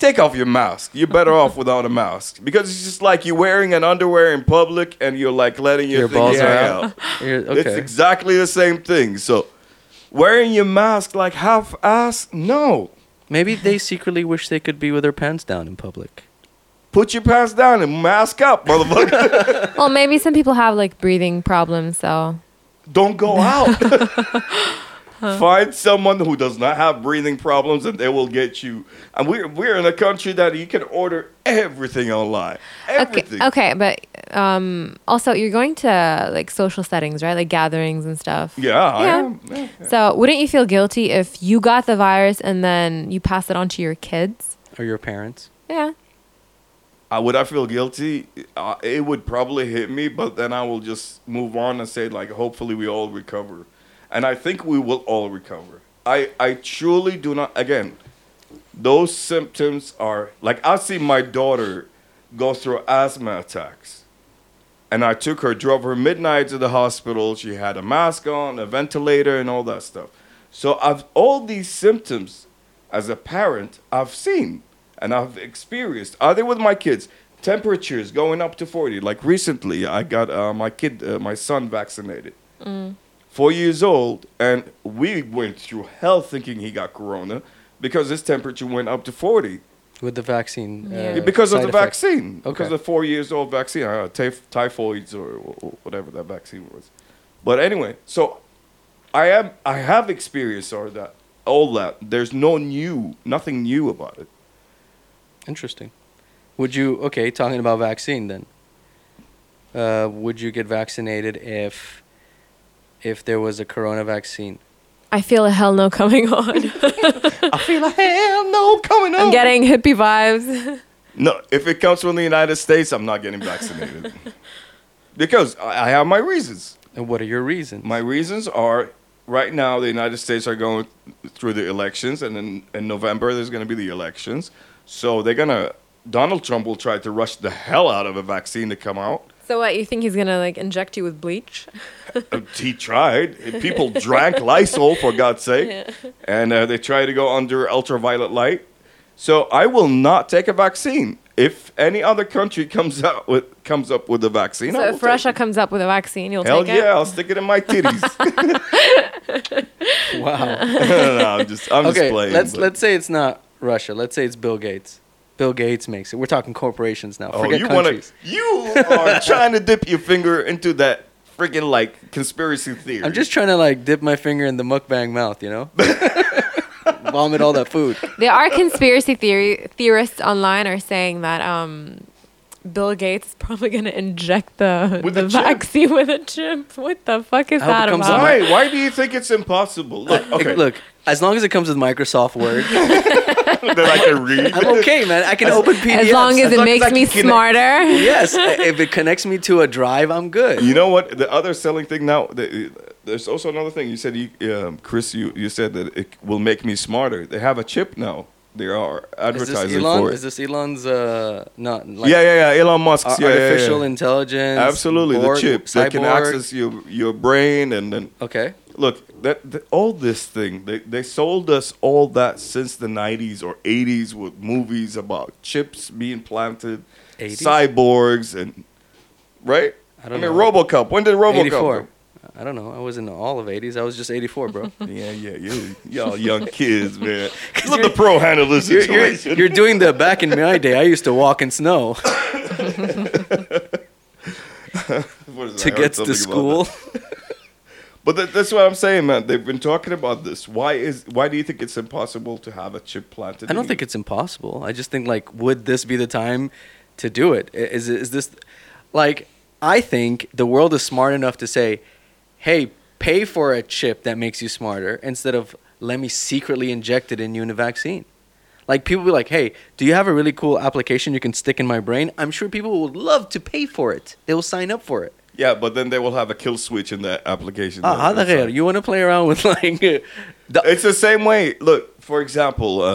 Speaker 1: take off your mask. You're better off without a mask because it's just like you're wearing an underwear in public and you're like letting your,
Speaker 4: Your
Speaker 1: thing
Speaker 4: balls are
Speaker 1: hang
Speaker 4: out. You're- okay.
Speaker 1: It's exactly the same thing. So wearing your mask like half ass, no.
Speaker 4: Maybe they secretly wish they could be with their pants down in public.
Speaker 1: Put your pants down and mask up, motherfucker.
Speaker 3: well, maybe some people have like breathing problems, so
Speaker 1: don't go out. Find someone who does not have breathing problems, and they will get you. And we're we're in a country that you can order everything online. Everything.
Speaker 3: Okay, okay, but um, also you're going to like social settings, right? Like gatherings and stuff.
Speaker 1: Yeah, I
Speaker 3: Yeah.
Speaker 1: am. Yeah.
Speaker 3: So wouldn't you feel guilty if you got the virus and then you pass it on to your kids?
Speaker 4: Or your parents.
Speaker 3: Yeah.
Speaker 1: I, would I feel guilty? Uh, it would probably hit me, but then I will just move on and say like, hopefully we all recover, and I think we will all recover. I I truly do not. Again, those symptoms are like I see my daughter go through asthma attacks, and I took her, drove her midnight to the hospital. She had a mask on, a ventilator, and all that stuff. So I've all these symptoms as a parent I've seen and I've experienced either with my kids. Temperatures going up to 40. Like recently, I got uh, my kid, uh, my son, vaccinated four years old, and we went through hell thinking he got corona because his temperature went up to 40
Speaker 4: With the vaccine.
Speaker 3: Yeah.
Speaker 4: uh,
Speaker 1: because of
Speaker 4: side
Speaker 1: the
Speaker 4: effects.
Speaker 1: vaccine. Because
Speaker 4: Okay.
Speaker 1: of the four years old vaccine, uh, typh- typhoids or wh- wh- whatever that vaccine was. But anyway, so I am I have experienced all that. All that there's no new, nothing new about it.
Speaker 4: Interesting. Would you, okay, talking about vaccine then, uh, would you get vaccinated if if there was a corona vaccine?
Speaker 3: I feel a hell no coming on.
Speaker 1: I feel like hell no coming
Speaker 3: I'm
Speaker 1: up.
Speaker 3: getting hippie vibes.
Speaker 1: No, if it comes from the United States, I'm not getting vaccinated because I I have my reasons.
Speaker 4: And what are your reasons?
Speaker 1: My reasons are right now the United States are going through the elections, and in, in November there's going to be the elections. So they're gonna Donald Trump will try to rush the hell out of a vaccine to come out.
Speaker 3: So what you think he's gonna like inject you with bleach?
Speaker 1: Uh, he tried. People drank Lysol for God's sake, and uh, they tried to go under ultraviolet light. So I will not take a vaccine. If any other country comes out with comes up with a vaccine, I
Speaker 3: so
Speaker 1: will
Speaker 3: if
Speaker 1: take
Speaker 3: Russia
Speaker 1: it.
Speaker 3: comes up with a vaccine, you'll
Speaker 1: hell
Speaker 3: take it.
Speaker 1: yeah, I'll stick it in my titties.
Speaker 4: Wow.
Speaker 1: no, I'm just, I'm
Speaker 4: okay.
Speaker 1: just playing.
Speaker 4: let's
Speaker 1: but-
Speaker 4: let's say it's not Russia. Let's say it's Bill Gates. Bill Gates makes it. We're talking corporations now.
Speaker 1: Oh,
Speaker 4: Forget
Speaker 1: you wanna-
Speaker 4: countries.
Speaker 1: you are trying to dip your finger into that freaking like conspiracy theory.
Speaker 4: I'm just trying to like dip my finger in the mukbang mouth, you know? Vomit all that food.
Speaker 3: There are conspiracy theory theorists online are saying that um, Bill Gates is probably gonna inject the
Speaker 1: With
Speaker 3: the
Speaker 1: a chip.
Speaker 3: vaccine with a chip. What the fuck is
Speaker 4: I hope it
Speaker 3: that
Speaker 4: comes
Speaker 3: about?
Speaker 1: why? Why do you think it's impossible? Look,
Speaker 4: Like,
Speaker 1: okay,
Speaker 4: Look, as long as it comes with Microsoft Word,
Speaker 1: that I can read.
Speaker 4: I'm okay, man. I can open PDFs.
Speaker 3: As long as
Speaker 1: As
Speaker 3: it
Speaker 1: long as
Speaker 3: makes
Speaker 1: I
Speaker 3: me
Speaker 1: can connect.
Speaker 3: smarter.
Speaker 4: yes, if it connects me to a drive, I'm good.
Speaker 1: You know what? The other selling thing now. The, there's also another thing. You said, you, um, Chris, you, you said that it will make me smarter. They have a chip now. They are
Speaker 4: Is
Speaker 1: advertising
Speaker 4: this Elon?
Speaker 1: for it.
Speaker 4: Is this Elon's uh not like
Speaker 1: yeah, yeah, yeah. Elon Musk.
Speaker 4: ar-
Speaker 1: yeah, yeah, yeah.
Speaker 4: artificial intelligence?
Speaker 1: Absolutely,
Speaker 4: Borg,
Speaker 1: the chip. They can
Speaker 4: cyborg?
Speaker 1: access your your brain and then
Speaker 4: Okay.
Speaker 1: look that, that all this thing they, they sold us all that since the 90s or 80s with movies about chips being planted
Speaker 4: 80s?
Speaker 1: cyborgs and right
Speaker 4: I don't
Speaker 1: mean
Speaker 4: know.
Speaker 1: robocop when did robocop
Speaker 4: 84. I don't know. I was in all of 80s. I was just 84, bro.
Speaker 1: yeah yeah you, y'all young kids man let the pro handle this situation
Speaker 4: You're doing the back in my day. I used to walk in snow
Speaker 1: What is it? I
Speaker 4: to
Speaker 1: heard
Speaker 4: get
Speaker 1: something
Speaker 4: to
Speaker 1: about
Speaker 4: school.
Speaker 1: that. but that, that's what i'm saying man they've been talking about this why is why do you think it's impossible to have a chip planted
Speaker 4: I
Speaker 1: in
Speaker 4: don't
Speaker 1: you?
Speaker 4: think it's impossible. I just think like, would this be the time to do it? I- Is is this like? I think the world is smart enough to say, "Hey, pay for a chip that makes you smarter," instead of let me secretly inject it in you in a vaccine. Like people be like, "Hey, do you have a really cool application you can stick in my brain?" I'm sure people would love to pay for it. They will sign up for it.
Speaker 1: yeah but then they will have a kill switch in that application
Speaker 4: Ah, how the hell? You want to play around with like the
Speaker 1: it's the same way. Look, for example, uh,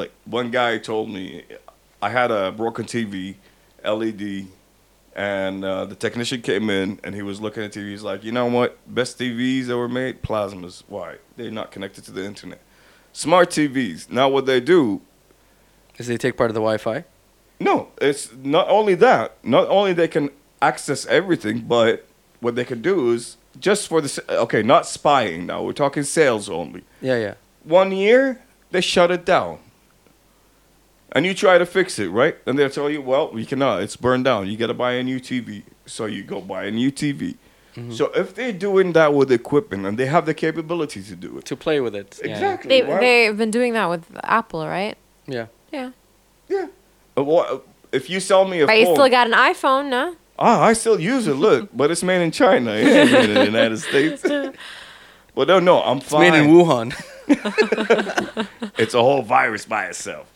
Speaker 1: like one guy told me, I had a broken TV, LED, E and uh, the technician came in and he was looking at TV. He's like, you know what? Best TVs that were made, plasmas. Why? They're not connected to the internet. Smart TVs. Now what they do?
Speaker 4: Is they take part of the Wi-Fi?
Speaker 1: No, it's not only that. Not only they can access everything, but what they can do is just for the s- okay, not spying. Now we're talking sales only
Speaker 4: Yeah, yeah.
Speaker 1: one year they shut it down and you try to fix it right and they'll tell you well you cannot it's burned down you got to buy a new tv so you go buy a new tv
Speaker 4: Mm-hmm.
Speaker 1: so if they're doing that with equipment and they have the capability to do it
Speaker 4: To play with it. Yeah, yeah.
Speaker 1: exactly
Speaker 3: They
Speaker 1: why-
Speaker 3: they've been doing that with Apple, right?
Speaker 4: yeah.
Speaker 3: Yeah.
Speaker 1: yeah Uh, wha- if you sell me a
Speaker 3: But you
Speaker 1: phone-
Speaker 3: still got an iPhone, no?
Speaker 1: Ah, I still use it. Look, but it's made in China. It ain't made in the United States. Well, no, no, I'm
Speaker 4: It's
Speaker 1: fine.
Speaker 4: made in Wuhan.
Speaker 1: it's a whole virus by itself.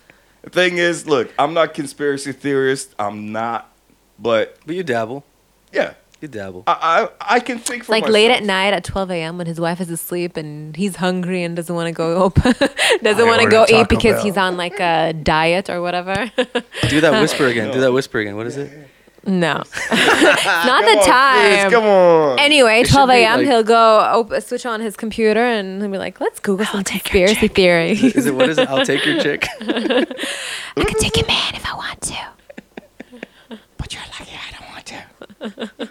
Speaker 1: The thing is, look, I'm not conspiracy theorist. I'm not, but
Speaker 4: But you dabble.
Speaker 1: yeah,
Speaker 4: You dabble.
Speaker 1: I I, I can think for
Speaker 3: Like late
Speaker 1: myself.
Speaker 3: at night at 12 a.m. when his wife is asleep and he's hungry and doesn't want to go open, doesn't want to
Speaker 6: ordered
Speaker 3: go
Speaker 6: Taco
Speaker 3: eat because
Speaker 6: Bell.
Speaker 3: he's on like a diet or whatever.
Speaker 4: Do that whisper again. Do that whisper again. What is it?
Speaker 3: no, not
Speaker 1: Come
Speaker 3: the
Speaker 1: on,
Speaker 3: time.
Speaker 1: Chris, come on.
Speaker 3: Anyway,
Speaker 4: should
Speaker 3: 12
Speaker 4: be,
Speaker 3: a.m.
Speaker 4: like-
Speaker 3: he'll go op- switch on his computer and he'll be like, "Let's Google some conspiracy
Speaker 4: Is
Speaker 3: theories."
Speaker 4: it what is it? I'll take your chick.
Speaker 5: I could take your man if I want to.
Speaker 6: But you're lucky I don't want to.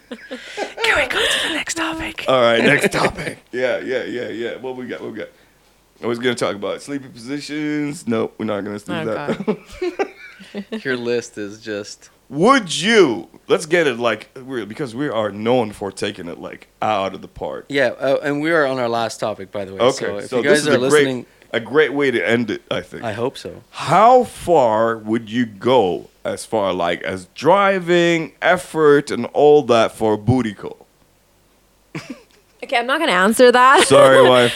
Speaker 5: Can we go to the next topic?
Speaker 1: All right, next topic. yeah, yeah, yeah, yeah. What we got? What we got? I was gonna talk about sleeping positions. No, we're not gonna do
Speaker 3: Oh,
Speaker 1: that.
Speaker 4: Your list is just
Speaker 1: Would you? Let's get it like we're because we are known for taking it like out of the park.
Speaker 4: yeah. Uh, and we are on our last topic, by the way.
Speaker 1: Okay,
Speaker 4: So
Speaker 1: so,
Speaker 4: if you
Speaker 1: this
Speaker 4: guys
Speaker 1: is
Speaker 4: are
Speaker 1: a
Speaker 4: listening,
Speaker 1: great a great way to end it. I think.
Speaker 4: I hope so.
Speaker 1: how far would you go as far like as driving effort and all that for a booty call
Speaker 3: okay, I'm not gonna answer that.
Speaker 1: sorry wife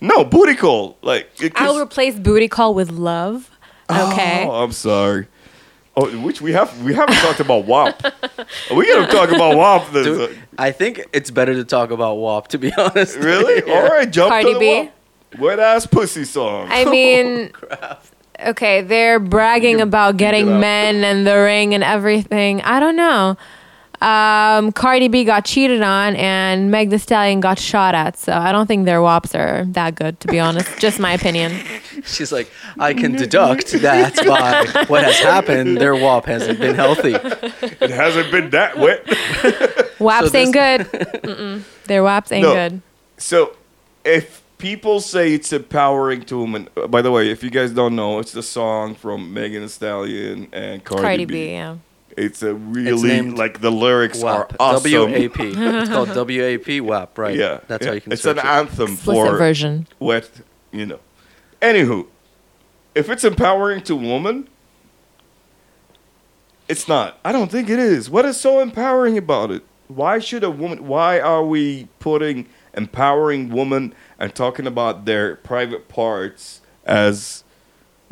Speaker 1: no booty call like it
Speaker 3: I'll
Speaker 1: could-
Speaker 3: replace booty call with love. Okay.
Speaker 1: oh i'm sorry oh which we have we haven't talked about wop we gotta talk about wop this
Speaker 4: Dude, I think it's better to talk about WAP. To be honest.
Speaker 1: really all right jump
Speaker 3: Cardi
Speaker 1: to the
Speaker 3: B?
Speaker 4: oh,
Speaker 1: wet ass pussy song
Speaker 3: I mean, okay, they're bragging
Speaker 1: can
Speaker 3: about
Speaker 1: dig it
Speaker 3: getting
Speaker 1: up.
Speaker 3: men and the ring and everything. I don't know. Um, Cardi B got cheated on and Meg the Stallion got shot at, so I don't think their wops are that good, to be honest. Just my opinion.
Speaker 4: She's like, I can deduct that by what has happened. Their WAP hasn't been healthy.
Speaker 1: It hasn't been that wet.
Speaker 3: Waps
Speaker 4: So
Speaker 3: ain't good. Mm-mm. Their waps ain't
Speaker 1: No.
Speaker 3: good.
Speaker 1: So, if people say it's empowering to women, uh, by the way, if you guys don't know, it's the song from Megan Thee Stallion and Cardi,
Speaker 3: Cardi
Speaker 1: B.
Speaker 3: B, yeah.
Speaker 1: It's a really
Speaker 4: named
Speaker 1: like the lyrics
Speaker 4: WAP.
Speaker 1: are awesome.
Speaker 4: WAP. It's called WAP WAP, right?
Speaker 1: Yeah,
Speaker 4: That's
Speaker 1: yeah.
Speaker 4: how you can
Speaker 1: It's an
Speaker 4: search it.
Speaker 1: anthem
Speaker 3: Explicit
Speaker 1: for
Speaker 3: version.
Speaker 1: what you know. Anywho, if it's empowering to woman, it's not. I don't think it is. What is so empowering about it? Why should a woman? Why are we putting empowering woman and talking about their private parts as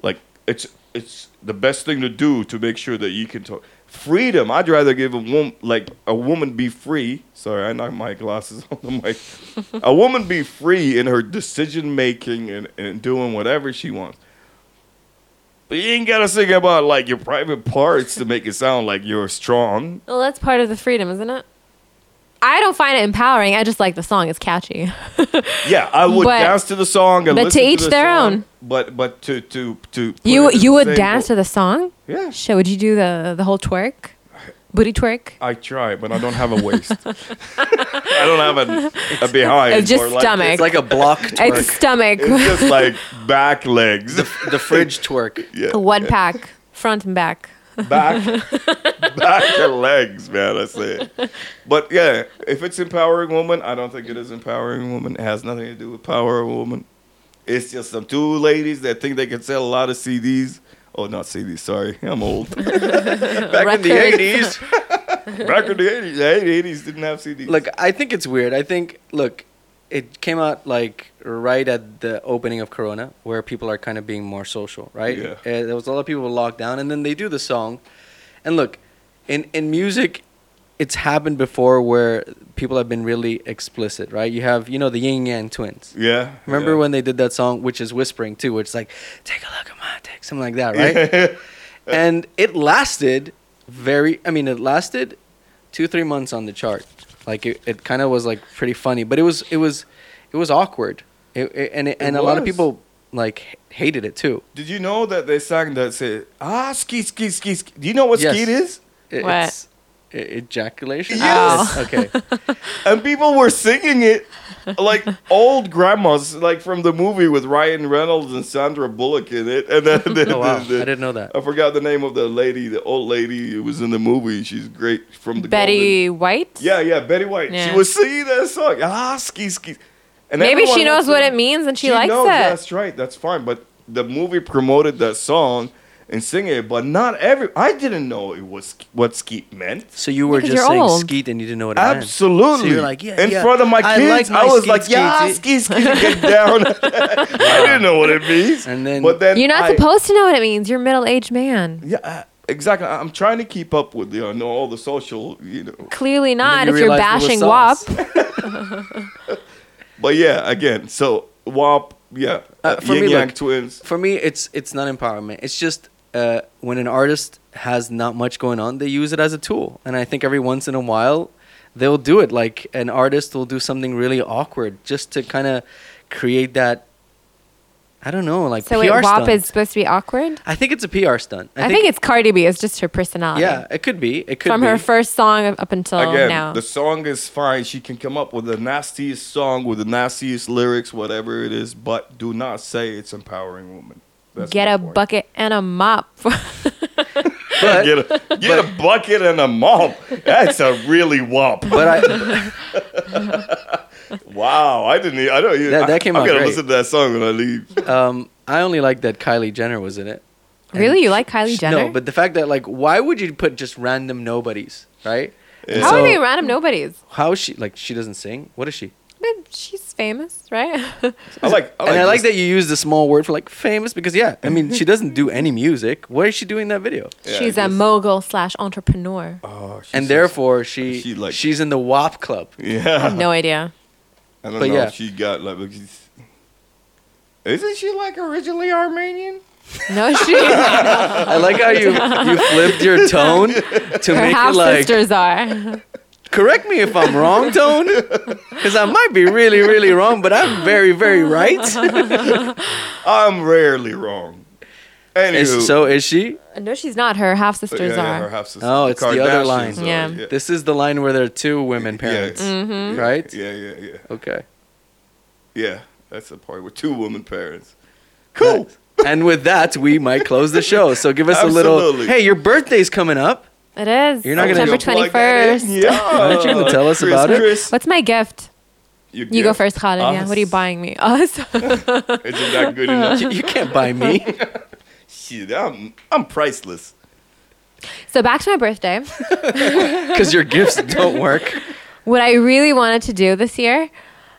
Speaker 1: like it's it's the best thing to do to make sure that you can talk freedom i'd rather give a woman like a woman be free sorry i knocked my glasses on the mic a woman be free in her decision making and, and doing whatever she wants but you ain't gotta sing about like your private parts to make it sound like you're strong
Speaker 3: Well, that's part of the freedom, isn't it? I don't find it empowering. I just like the song. It's catchy.
Speaker 1: yeah i would
Speaker 3: But-
Speaker 1: dance to the song and
Speaker 3: but to
Speaker 1: listen
Speaker 3: each
Speaker 1: the
Speaker 3: their
Speaker 1: song,
Speaker 3: own.
Speaker 1: but but to to to put
Speaker 3: you
Speaker 1: it in
Speaker 3: you
Speaker 1: the
Speaker 3: would
Speaker 1: same
Speaker 3: dance
Speaker 1: boat.
Speaker 3: to the song?
Speaker 1: yeah
Speaker 3: Shit, would you do the the whole twerk? Booty twerk?
Speaker 1: I try, but I don't have a waist. I don't have a, a behind.
Speaker 3: It's just
Speaker 1: or like-
Speaker 3: stomach.
Speaker 4: It's like a block twerk.
Speaker 3: It's stomach.
Speaker 1: It's just like back legs,
Speaker 4: the fridge twerk.
Speaker 1: yeah,
Speaker 3: One pack, front and back.
Speaker 1: back, back and legs, man. That's it. But yeah, if it's empowering woman, I don't think it is empowering woman. It has nothing to do with power of woman. It's just some two ladies that think they can sell a lot of CDs. Oh, not CDs. Sorry, I'm old. back in the
Speaker 3: Records.
Speaker 1: eighties. back in the eighties. The eighties didn't have CDs.
Speaker 4: Look, I think it's weird. I think look, it came out like right at the opening of Corona, where people are kind of being more social, right?
Speaker 1: Yeah.
Speaker 4: Uh, there was a lot of people locked down, and then they do the song, and look, in in music, it's happened before where people have been really explicit, right? You have you know the Yin Yang Twins.
Speaker 1: yeah.
Speaker 4: Remember
Speaker 1: yeah.
Speaker 4: when they did that song, which is whispering too, which is like, take a look at my dick, something like that, right? and it lasted very, I mean, it lasted two, three months on the chart. Like it, it kind of was like pretty funny, but it was, it was, it was awkward. It, it- and it, and a lot of
Speaker 1: was.
Speaker 4: people like h- hated it too.
Speaker 1: Did you know that they sang that say ah ski ski ski ski? Do you know what
Speaker 4: Yes.
Speaker 1: skeet is?
Speaker 4: It,
Speaker 3: What? Oh.
Speaker 4: It's, e- ejaculation?
Speaker 3: Yes.
Speaker 4: Yes. Okay.
Speaker 1: And people were singing it like old grandmas, like from the movie with Ryan Reynolds and Sandra Bullock in it. And then the,
Speaker 4: Oh, wow. I
Speaker 1: the- the-
Speaker 4: didn't know that.
Speaker 1: I forgot the name of the lady, the old lady who was in the movie. She's great from the
Speaker 3: Betty White?
Speaker 1: Golden- Yeah, yeah, Betty White.
Speaker 3: Yeah.
Speaker 1: She was singing that song. Ah ski ski. And
Speaker 3: Maybe
Speaker 1: everyone
Speaker 3: she knows
Speaker 1: went
Speaker 3: what
Speaker 1: to-
Speaker 3: it means and she, likes
Speaker 1: knows,
Speaker 3: it.
Speaker 1: That's right. That's fine. But the movie promoted that song and singing it, but not every. I didn't know it was what skeet meant.
Speaker 4: So you were
Speaker 3: Because
Speaker 4: just
Speaker 3: you're
Speaker 4: saying
Speaker 3: old.
Speaker 4: skeet and you didn't know what it meant.
Speaker 1: Absolutely.
Speaker 4: So you're like, yeah,
Speaker 1: in
Speaker 4: yeah,
Speaker 1: front of my
Speaker 4: I
Speaker 1: kids, I,
Speaker 4: like my
Speaker 1: was
Speaker 4: skeet,
Speaker 1: like,
Speaker 4: skeet,
Speaker 1: yeah,
Speaker 4: skeet."
Speaker 1: skeet, skeet, get down. I didn't know what it means.
Speaker 4: And then-
Speaker 1: but then
Speaker 3: You're not
Speaker 1: I-
Speaker 3: supposed to know what it means. You're a middle aged man.
Speaker 1: Yeah, uh, exactly. I- I'm trying to keep up with you know all the social, you know.
Speaker 3: Clearly
Speaker 4: And
Speaker 3: not
Speaker 4: then
Speaker 3: Ah, if
Speaker 4: you
Speaker 3: you're
Speaker 4: realized it was
Speaker 3: bashing WAP.
Speaker 4: sauce.
Speaker 1: But yeah, again, so WAP, yeah,
Speaker 4: Uh,
Speaker 1: uh,
Speaker 4: for
Speaker 1: Yin
Speaker 4: me,
Speaker 1: Yang
Speaker 4: look,
Speaker 1: Twins.
Speaker 4: for me it's it's not empowerment it's just uh, when an artist has not much going on they use it as a tool and i think every once in a while they'll do it like an artist will do something really awkward just to kind of create that i don't know like
Speaker 3: So
Speaker 4: pr
Speaker 3: wait, WAP
Speaker 4: stunt.
Speaker 3: is supposed to be awkward?
Speaker 4: i think it's a pr stunt
Speaker 3: I, think, it's Cardi B. It's just her personality.
Speaker 4: yeah it could be it could
Speaker 3: From
Speaker 4: be
Speaker 3: her first song up until
Speaker 1: Again,
Speaker 3: now.
Speaker 1: the song is fine. She can come up with the nastiest song with the nastiest lyrics, whatever it is. But do not say it's empowering woman. That's
Speaker 3: Get
Speaker 1: my
Speaker 3: a
Speaker 1: point.
Speaker 3: bucket and a mop.
Speaker 4: but,
Speaker 1: Get a, get a bucket and a mop. That's a really wop.
Speaker 4: but i
Speaker 1: Wow, I didn't. e- I don't. even-
Speaker 4: That- that came
Speaker 1: I,
Speaker 4: out
Speaker 1: I'm gonna
Speaker 4: great.
Speaker 1: listen to that song when I leave.
Speaker 4: um i only like that kylie jenner was in it
Speaker 3: really? You like Kylie
Speaker 4: Sh-
Speaker 3: Jenner?
Speaker 4: no but the fact that like why would you put just random nobodies right And
Speaker 3: How
Speaker 4: so-
Speaker 3: are they random nobodies?
Speaker 4: how is she like she doesn't sing what is she
Speaker 3: But she's famous, right?
Speaker 1: I like. I like
Speaker 4: and I like
Speaker 1: this-
Speaker 4: that you use the small word for like famous because yeah, I mean she doesn't do any music. Why is she doing that video?
Speaker 1: Yeah,
Speaker 3: she's
Speaker 1: I
Speaker 3: a
Speaker 1: guess.
Speaker 3: mogul slash entrepreneur.
Speaker 4: Uh-huh.
Speaker 1: Oh, she's
Speaker 4: and
Speaker 1: so-
Speaker 4: therefore she,
Speaker 1: she, like-
Speaker 4: she's in the WAP club.
Speaker 3: I
Speaker 1: yeah.
Speaker 3: have no idea.
Speaker 1: I don't know
Speaker 4: But yeah.
Speaker 1: if she got like. but she's- Isn't she like originally Armenian?
Speaker 3: No, she. Her
Speaker 4: I like how you you flipped your tone to make
Speaker 3: half
Speaker 4: it like
Speaker 3: sisters are.
Speaker 4: correct me if I'm wrong, tone, because I might be really really wrong, but I'm very very right.
Speaker 1: I'm rarely wrong. Anywho,
Speaker 4: Is- so is she?
Speaker 3: No, she's not. Her half
Speaker 1: yeah,
Speaker 3: sisters
Speaker 1: yeah, her
Speaker 3: are.
Speaker 1: half-sister.
Speaker 4: Oh, it's the other
Speaker 1: Kardashians
Speaker 4: line.
Speaker 1: are-
Speaker 3: Yeah. Hmm? Mm-hmm.
Speaker 4: This is the line where there are two women parents,
Speaker 1: Yeah. Mm-hmm.
Speaker 4: right?
Speaker 1: Yeah, yeah, yeah.
Speaker 4: Okay.
Speaker 1: Yeah, that's the part with two woman parents. Cool.
Speaker 4: And with that, we might close the show. So give us a little.
Speaker 1: Absolutely.
Speaker 4: Hey, your birthday's coming up.
Speaker 3: It is.
Speaker 4: You're not gonna
Speaker 3: September
Speaker 4: go
Speaker 3: twenty first.
Speaker 1: Yeah.
Speaker 4: Aren't you gonna tell us
Speaker 1: Chris,
Speaker 4: about it?
Speaker 1: Chris,
Speaker 3: What's my gift?
Speaker 1: your
Speaker 3: You go
Speaker 1: gift.
Speaker 3: first, Khalid. Yeah. What are you
Speaker 1: Us.
Speaker 3: buying me? Us.
Speaker 1: Isn't that good enough?
Speaker 4: You, you can't buy me.
Speaker 1: Shit, I'm I'm priceless.
Speaker 3: so back to my birthday.
Speaker 4: because your gifts don't work.
Speaker 3: what I really wanted to do this year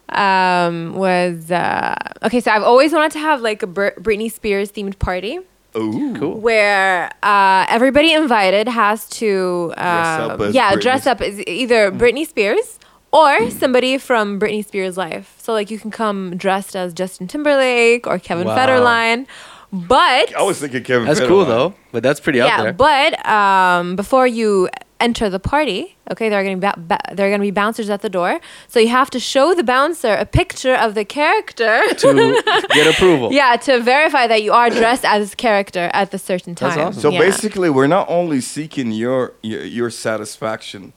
Speaker 3: um, was uh, okay. So I've always wanted to have like a Br- Britney Spears themed party
Speaker 1: Ooh.
Speaker 4: Cool.
Speaker 3: where uh, everybody invited has to uh,
Speaker 1: up as
Speaker 3: yeah
Speaker 1: Britney Mm.
Speaker 3: dress up as e-, either Britney Spears or somebody from Britney Spears' life. So like you can come dressed as Justin Timberlake or Kevin
Speaker 4: Wow.
Speaker 3: Federline, but
Speaker 1: I was thinking Kevin.
Speaker 4: That's
Speaker 1: Federline.
Speaker 4: cool though, but that's pretty out
Speaker 3: yeah,
Speaker 4: there.
Speaker 3: but um, before you enter the party, okay, there are going to be ba- ba- there are going to be bouncers at the door, so you have to show the bouncer a picture of the character.
Speaker 4: to get approval.
Speaker 3: yeah, to verify that you are dressed as this character at the certain time.
Speaker 4: That's awesome.
Speaker 1: So
Speaker 3: Yeah.
Speaker 1: basically, we're not only seeking your your, your satisfaction,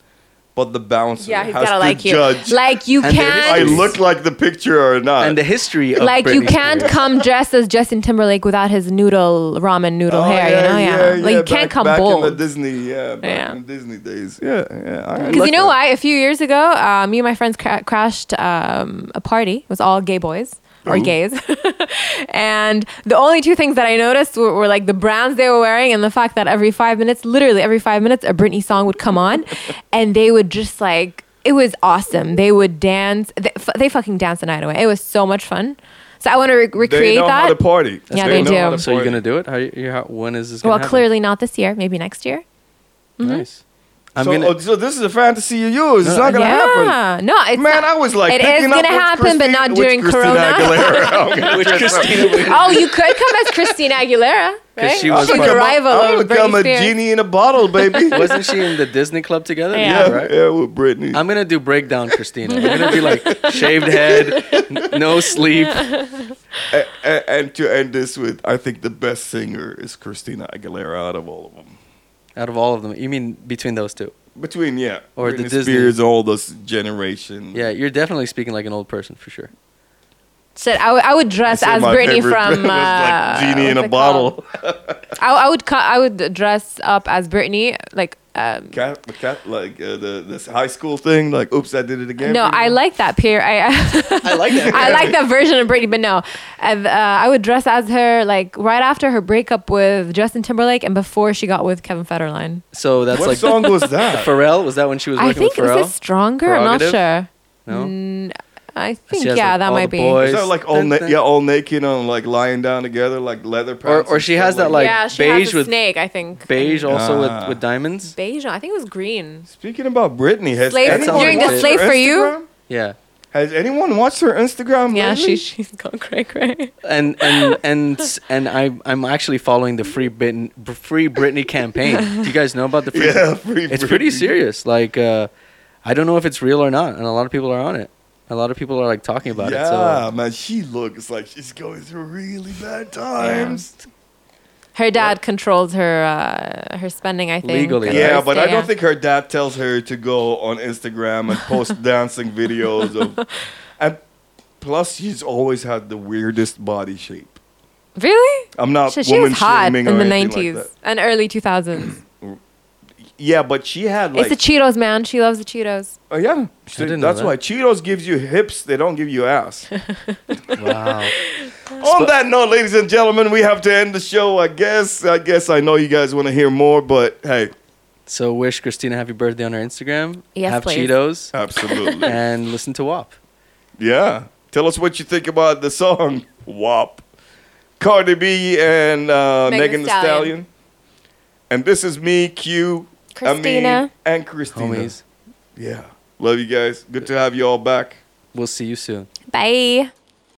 Speaker 1: but the bouncer
Speaker 3: yeah, he's
Speaker 1: has
Speaker 3: gotta
Speaker 1: to
Speaker 3: like you.
Speaker 1: judge.
Speaker 3: Like you
Speaker 4: And there
Speaker 3: can't.
Speaker 1: I look like the picture or not.
Speaker 4: And the history of
Speaker 3: like you
Speaker 4: Britney
Speaker 3: can't
Speaker 4: Spears.
Speaker 3: come dressed as Justin Timberlake without his noodle ramen noodle
Speaker 1: Oh,
Speaker 3: hair, you know, yeah. like you
Speaker 1: back,
Speaker 3: can't come
Speaker 1: back
Speaker 3: bold.
Speaker 1: in the Disney, yeah, back
Speaker 3: Yeah.
Speaker 1: in Disney days, yeah, yeah. I
Speaker 3: Because
Speaker 1: like
Speaker 3: you know
Speaker 1: that.
Speaker 3: why? A few years ago, uh, me and my friends cra- crashed um, a party. It was all gay boys
Speaker 1: Oh.
Speaker 3: or gays. and the only two things that I noticed were, were like the brands they were wearing and the fact that every five minutes, literally every five minutes, a Britney song would come on and they would just like, it was awesome. They would dance. They, f- they fucking danced the night away. It was so much fun. So I want to re-
Speaker 1: they
Speaker 3: recreate
Speaker 1: know
Speaker 3: that.
Speaker 1: how to party.
Speaker 3: Yeah, they
Speaker 1: know how
Speaker 3: do.
Speaker 1: to
Speaker 4: So you're
Speaker 1: party.
Speaker 4: gonna do it? How, you, how when is this? Gonna
Speaker 3: well, Mm-hmm.
Speaker 4: happen?
Speaker 3: clearly not this year. Maybe next year.
Speaker 4: Nice. I'm
Speaker 1: so,
Speaker 4: gonna.
Speaker 1: oh, so this is a fantasy of yours. It's
Speaker 4: No,
Speaker 1: not gonna happen.
Speaker 3: yeah. No, it's
Speaker 1: Man,
Speaker 3: not-
Speaker 1: I was like,
Speaker 3: It
Speaker 1: picking
Speaker 3: is
Speaker 1: up
Speaker 3: gonna
Speaker 1: with
Speaker 3: happen, but
Speaker 1: Christina-
Speaker 3: not
Speaker 1: with
Speaker 3: during
Speaker 1: Christina
Speaker 3: Corona.
Speaker 1: Aguilera. I'm gonna
Speaker 4: Which
Speaker 1: dress up.
Speaker 4: Christina? Wi-
Speaker 3: oh, you could come as Christina Aguilera, right?
Speaker 4: she was
Speaker 3: She's
Speaker 4: part
Speaker 3: the
Speaker 4: of-
Speaker 3: rival
Speaker 1: I'm gonna
Speaker 3: of
Speaker 1: become
Speaker 3: Britney
Speaker 1: a
Speaker 3: Spears.
Speaker 1: genie in a bottle, baby.
Speaker 4: Wasn't she in the Disney Club together?
Speaker 3: Yeah.
Speaker 1: yeah,
Speaker 4: right.
Speaker 1: yeah, with Britney.
Speaker 4: I'm gonna do breakdown, Christina. I'm gonna be like shaved head, n- no sleep.
Speaker 1: A- a- and to end this with, I think the best singer is Christina Aguilera out of all of them.
Speaker 4: Out of all of them, you mean between those two?
Speaker 1: Between yeah,
Speaker 4: Or the
Speaker 1: Britney
Speaker 4: Disney.
Speaker 1: Spears, all this generation.
Speaker 4: Yeah, you're definitely speaking like an old person for sure.
Speaker 3: Shit, I would- I would dress
Speaker 1: Say
Speaker 3: as
Speaker 1: my
Speaker 3: Britney
Speaker 1: favorite
Speaker 3: from
Speaker 1: was
Speaker 3: uh,
Speaker 1: like genie in
Speaker 3: what's
Speaker 1: a
Speaker 3: it called?
Speaker 1: bottle.
Speaker 3: I, I would cu- I would dress up as Britney. Like um,
Speaker 1: Cat, cat, like uh, the this high school thing. Like, oops, I did it again.
Speaker 3: no, I like that peer. I
Speaker 4: I like that.
Speaker 3: I like that version of Britney, but no, and, uh, I would dress as her like right after her breakup with Justin Timberlake and before she got with Kevin Federline.
Speaker 4: So that's
Speaker 1: What
Speaker 4: like
Speaker 1: song was that?
Speaker 4: Pharrell. Was that when she was
Speaker 3: I
Speaker 4: working
Speaker 3: think
Speaker 4: with Pharrell?
Speaker 3: was this stronger. I'm not
Speaker 4: Prerogative?
Speaker 3: sure.
Speaker 4: No?
Speaker 3: N- I think
Speaker 4: She has,
Speaker 3: yeah,
Speaker 4: like,
Speaker 3: that
Speaker 4: all the
Speaker 3: might be.
Speaker 4: boys.
Speaker 1: Is that like all na- yeah, all naked and like lying down together, like leather
Speaker 4: Or,
Speaker 1: pants?
Speaker 4: or
Speaker 1: and
Speaker 4: she
Speaker 1: stuff
Speaker 4: has that like
Speaker 1: that.
Speaker 3: yeah, she
Speaker 4: beige
Speaker 3: has a
Speaker 4: with
Speaker 3: snake. I think
Speaker 4: beige also
Speaker 1: Ah.
Speaker 4: with, with diamonds.
Speaker 3: beige. I think it was green.
Speaker 1: Speaking about Britney, has
Speaker 3: Slave-
Speaker 1: anyone
Speaker 4: during the
Speaker 1: watched
Speaker 3: Slave
Speaker 1: her
Speaker 3: for You?
Speaker 1: Instagram?
Speaker 4: Yeah,
Speaker 1: Has anyone watched her Instagram?
Speaker 3: Yeah,
Speaker 1: lately?
Speaker 3: she she's gone cray cray.
Speaker 4: and and and and I I'm actually following the free Britney free Britney campaign. Do you guys know about the free?
Speaker 1: yeah, free
Speaker 4: It's pretty
Speaker 1: Britney.
Speaker 4: serious. Like uh, I don't know if it's real or not, and a lot of people are on it. A lot of people are like talking about it.
Speaker 3: uh,
Speaker 1: Yeah,
Speaker 4: So uh,
Speaker 1: man, she looks like she's going through really bad times.
Speaker 3: Her dad controls her uh, her spending. I think
Speaker 4: Legally,
Speaker 3: at
Speaker 4: Yeah,
Speaker 1: Yeah,
Speaker 4: right?
Speaker 3: first,
Speaker 1: but I
Speaker 3: yeah.
Speaker 1: don't think her dad tells her to go on Instagram and post dancing videos of. And plus, she's always had the weirdest body shape.
Speaker 3: really.
Speaker 1: I'm not
Speaker 3: She, she
Speaker 1: woman
Speaker 3: was hot in
Speaker 1: shaming
Speaker 3: the
Speaker 1: or anything like
Speaker 3: '90s
Speaker 1: that.
Speaker 3: and early 2000s.
Speaker 1: Yeah, but she had like
Speaker 3: it's the Cheetos, man. She loves the Cheetos.
Speaker 1: Oh yeah, She-
Speaker 4: didn't know
Speaker 1: that's
Speaker 4: that.
Speaker 1: why Cheetos gives you hips; they don't give you ass.
Speaker 4: wow.
Speaker 1: On that note, ladies and gentlemen, we have to end the show. I guess. I guess I know you guys want to hear more, but hey,
Speaker 4: So wish Christina happy birthday on her Instagram.
Speaker 3: Yes,
Speaker 4: Have
Speaker 3: please.
Speaker 4: Cheetos
Speaker 1: absolutely,
Speaker 4: and listen to WAP.
Speaker 1: yeah. Tell us what you think about the song "WAP," Cardi B and uh,
Speaker 3: Megan
Speaker 1: Megan Thee Stallion.
Speaker 3: Stallion.
Speaker 1: And this is me, Q, Amin,
Speaker 3: Christina.
Speaker 1: and Christina.
Speaker 4: Homies,
Speaker 1: Yeah, love you guys. Good to have you all back.
Speaker 4: we'll see you soon.
Speaker 3: Bye.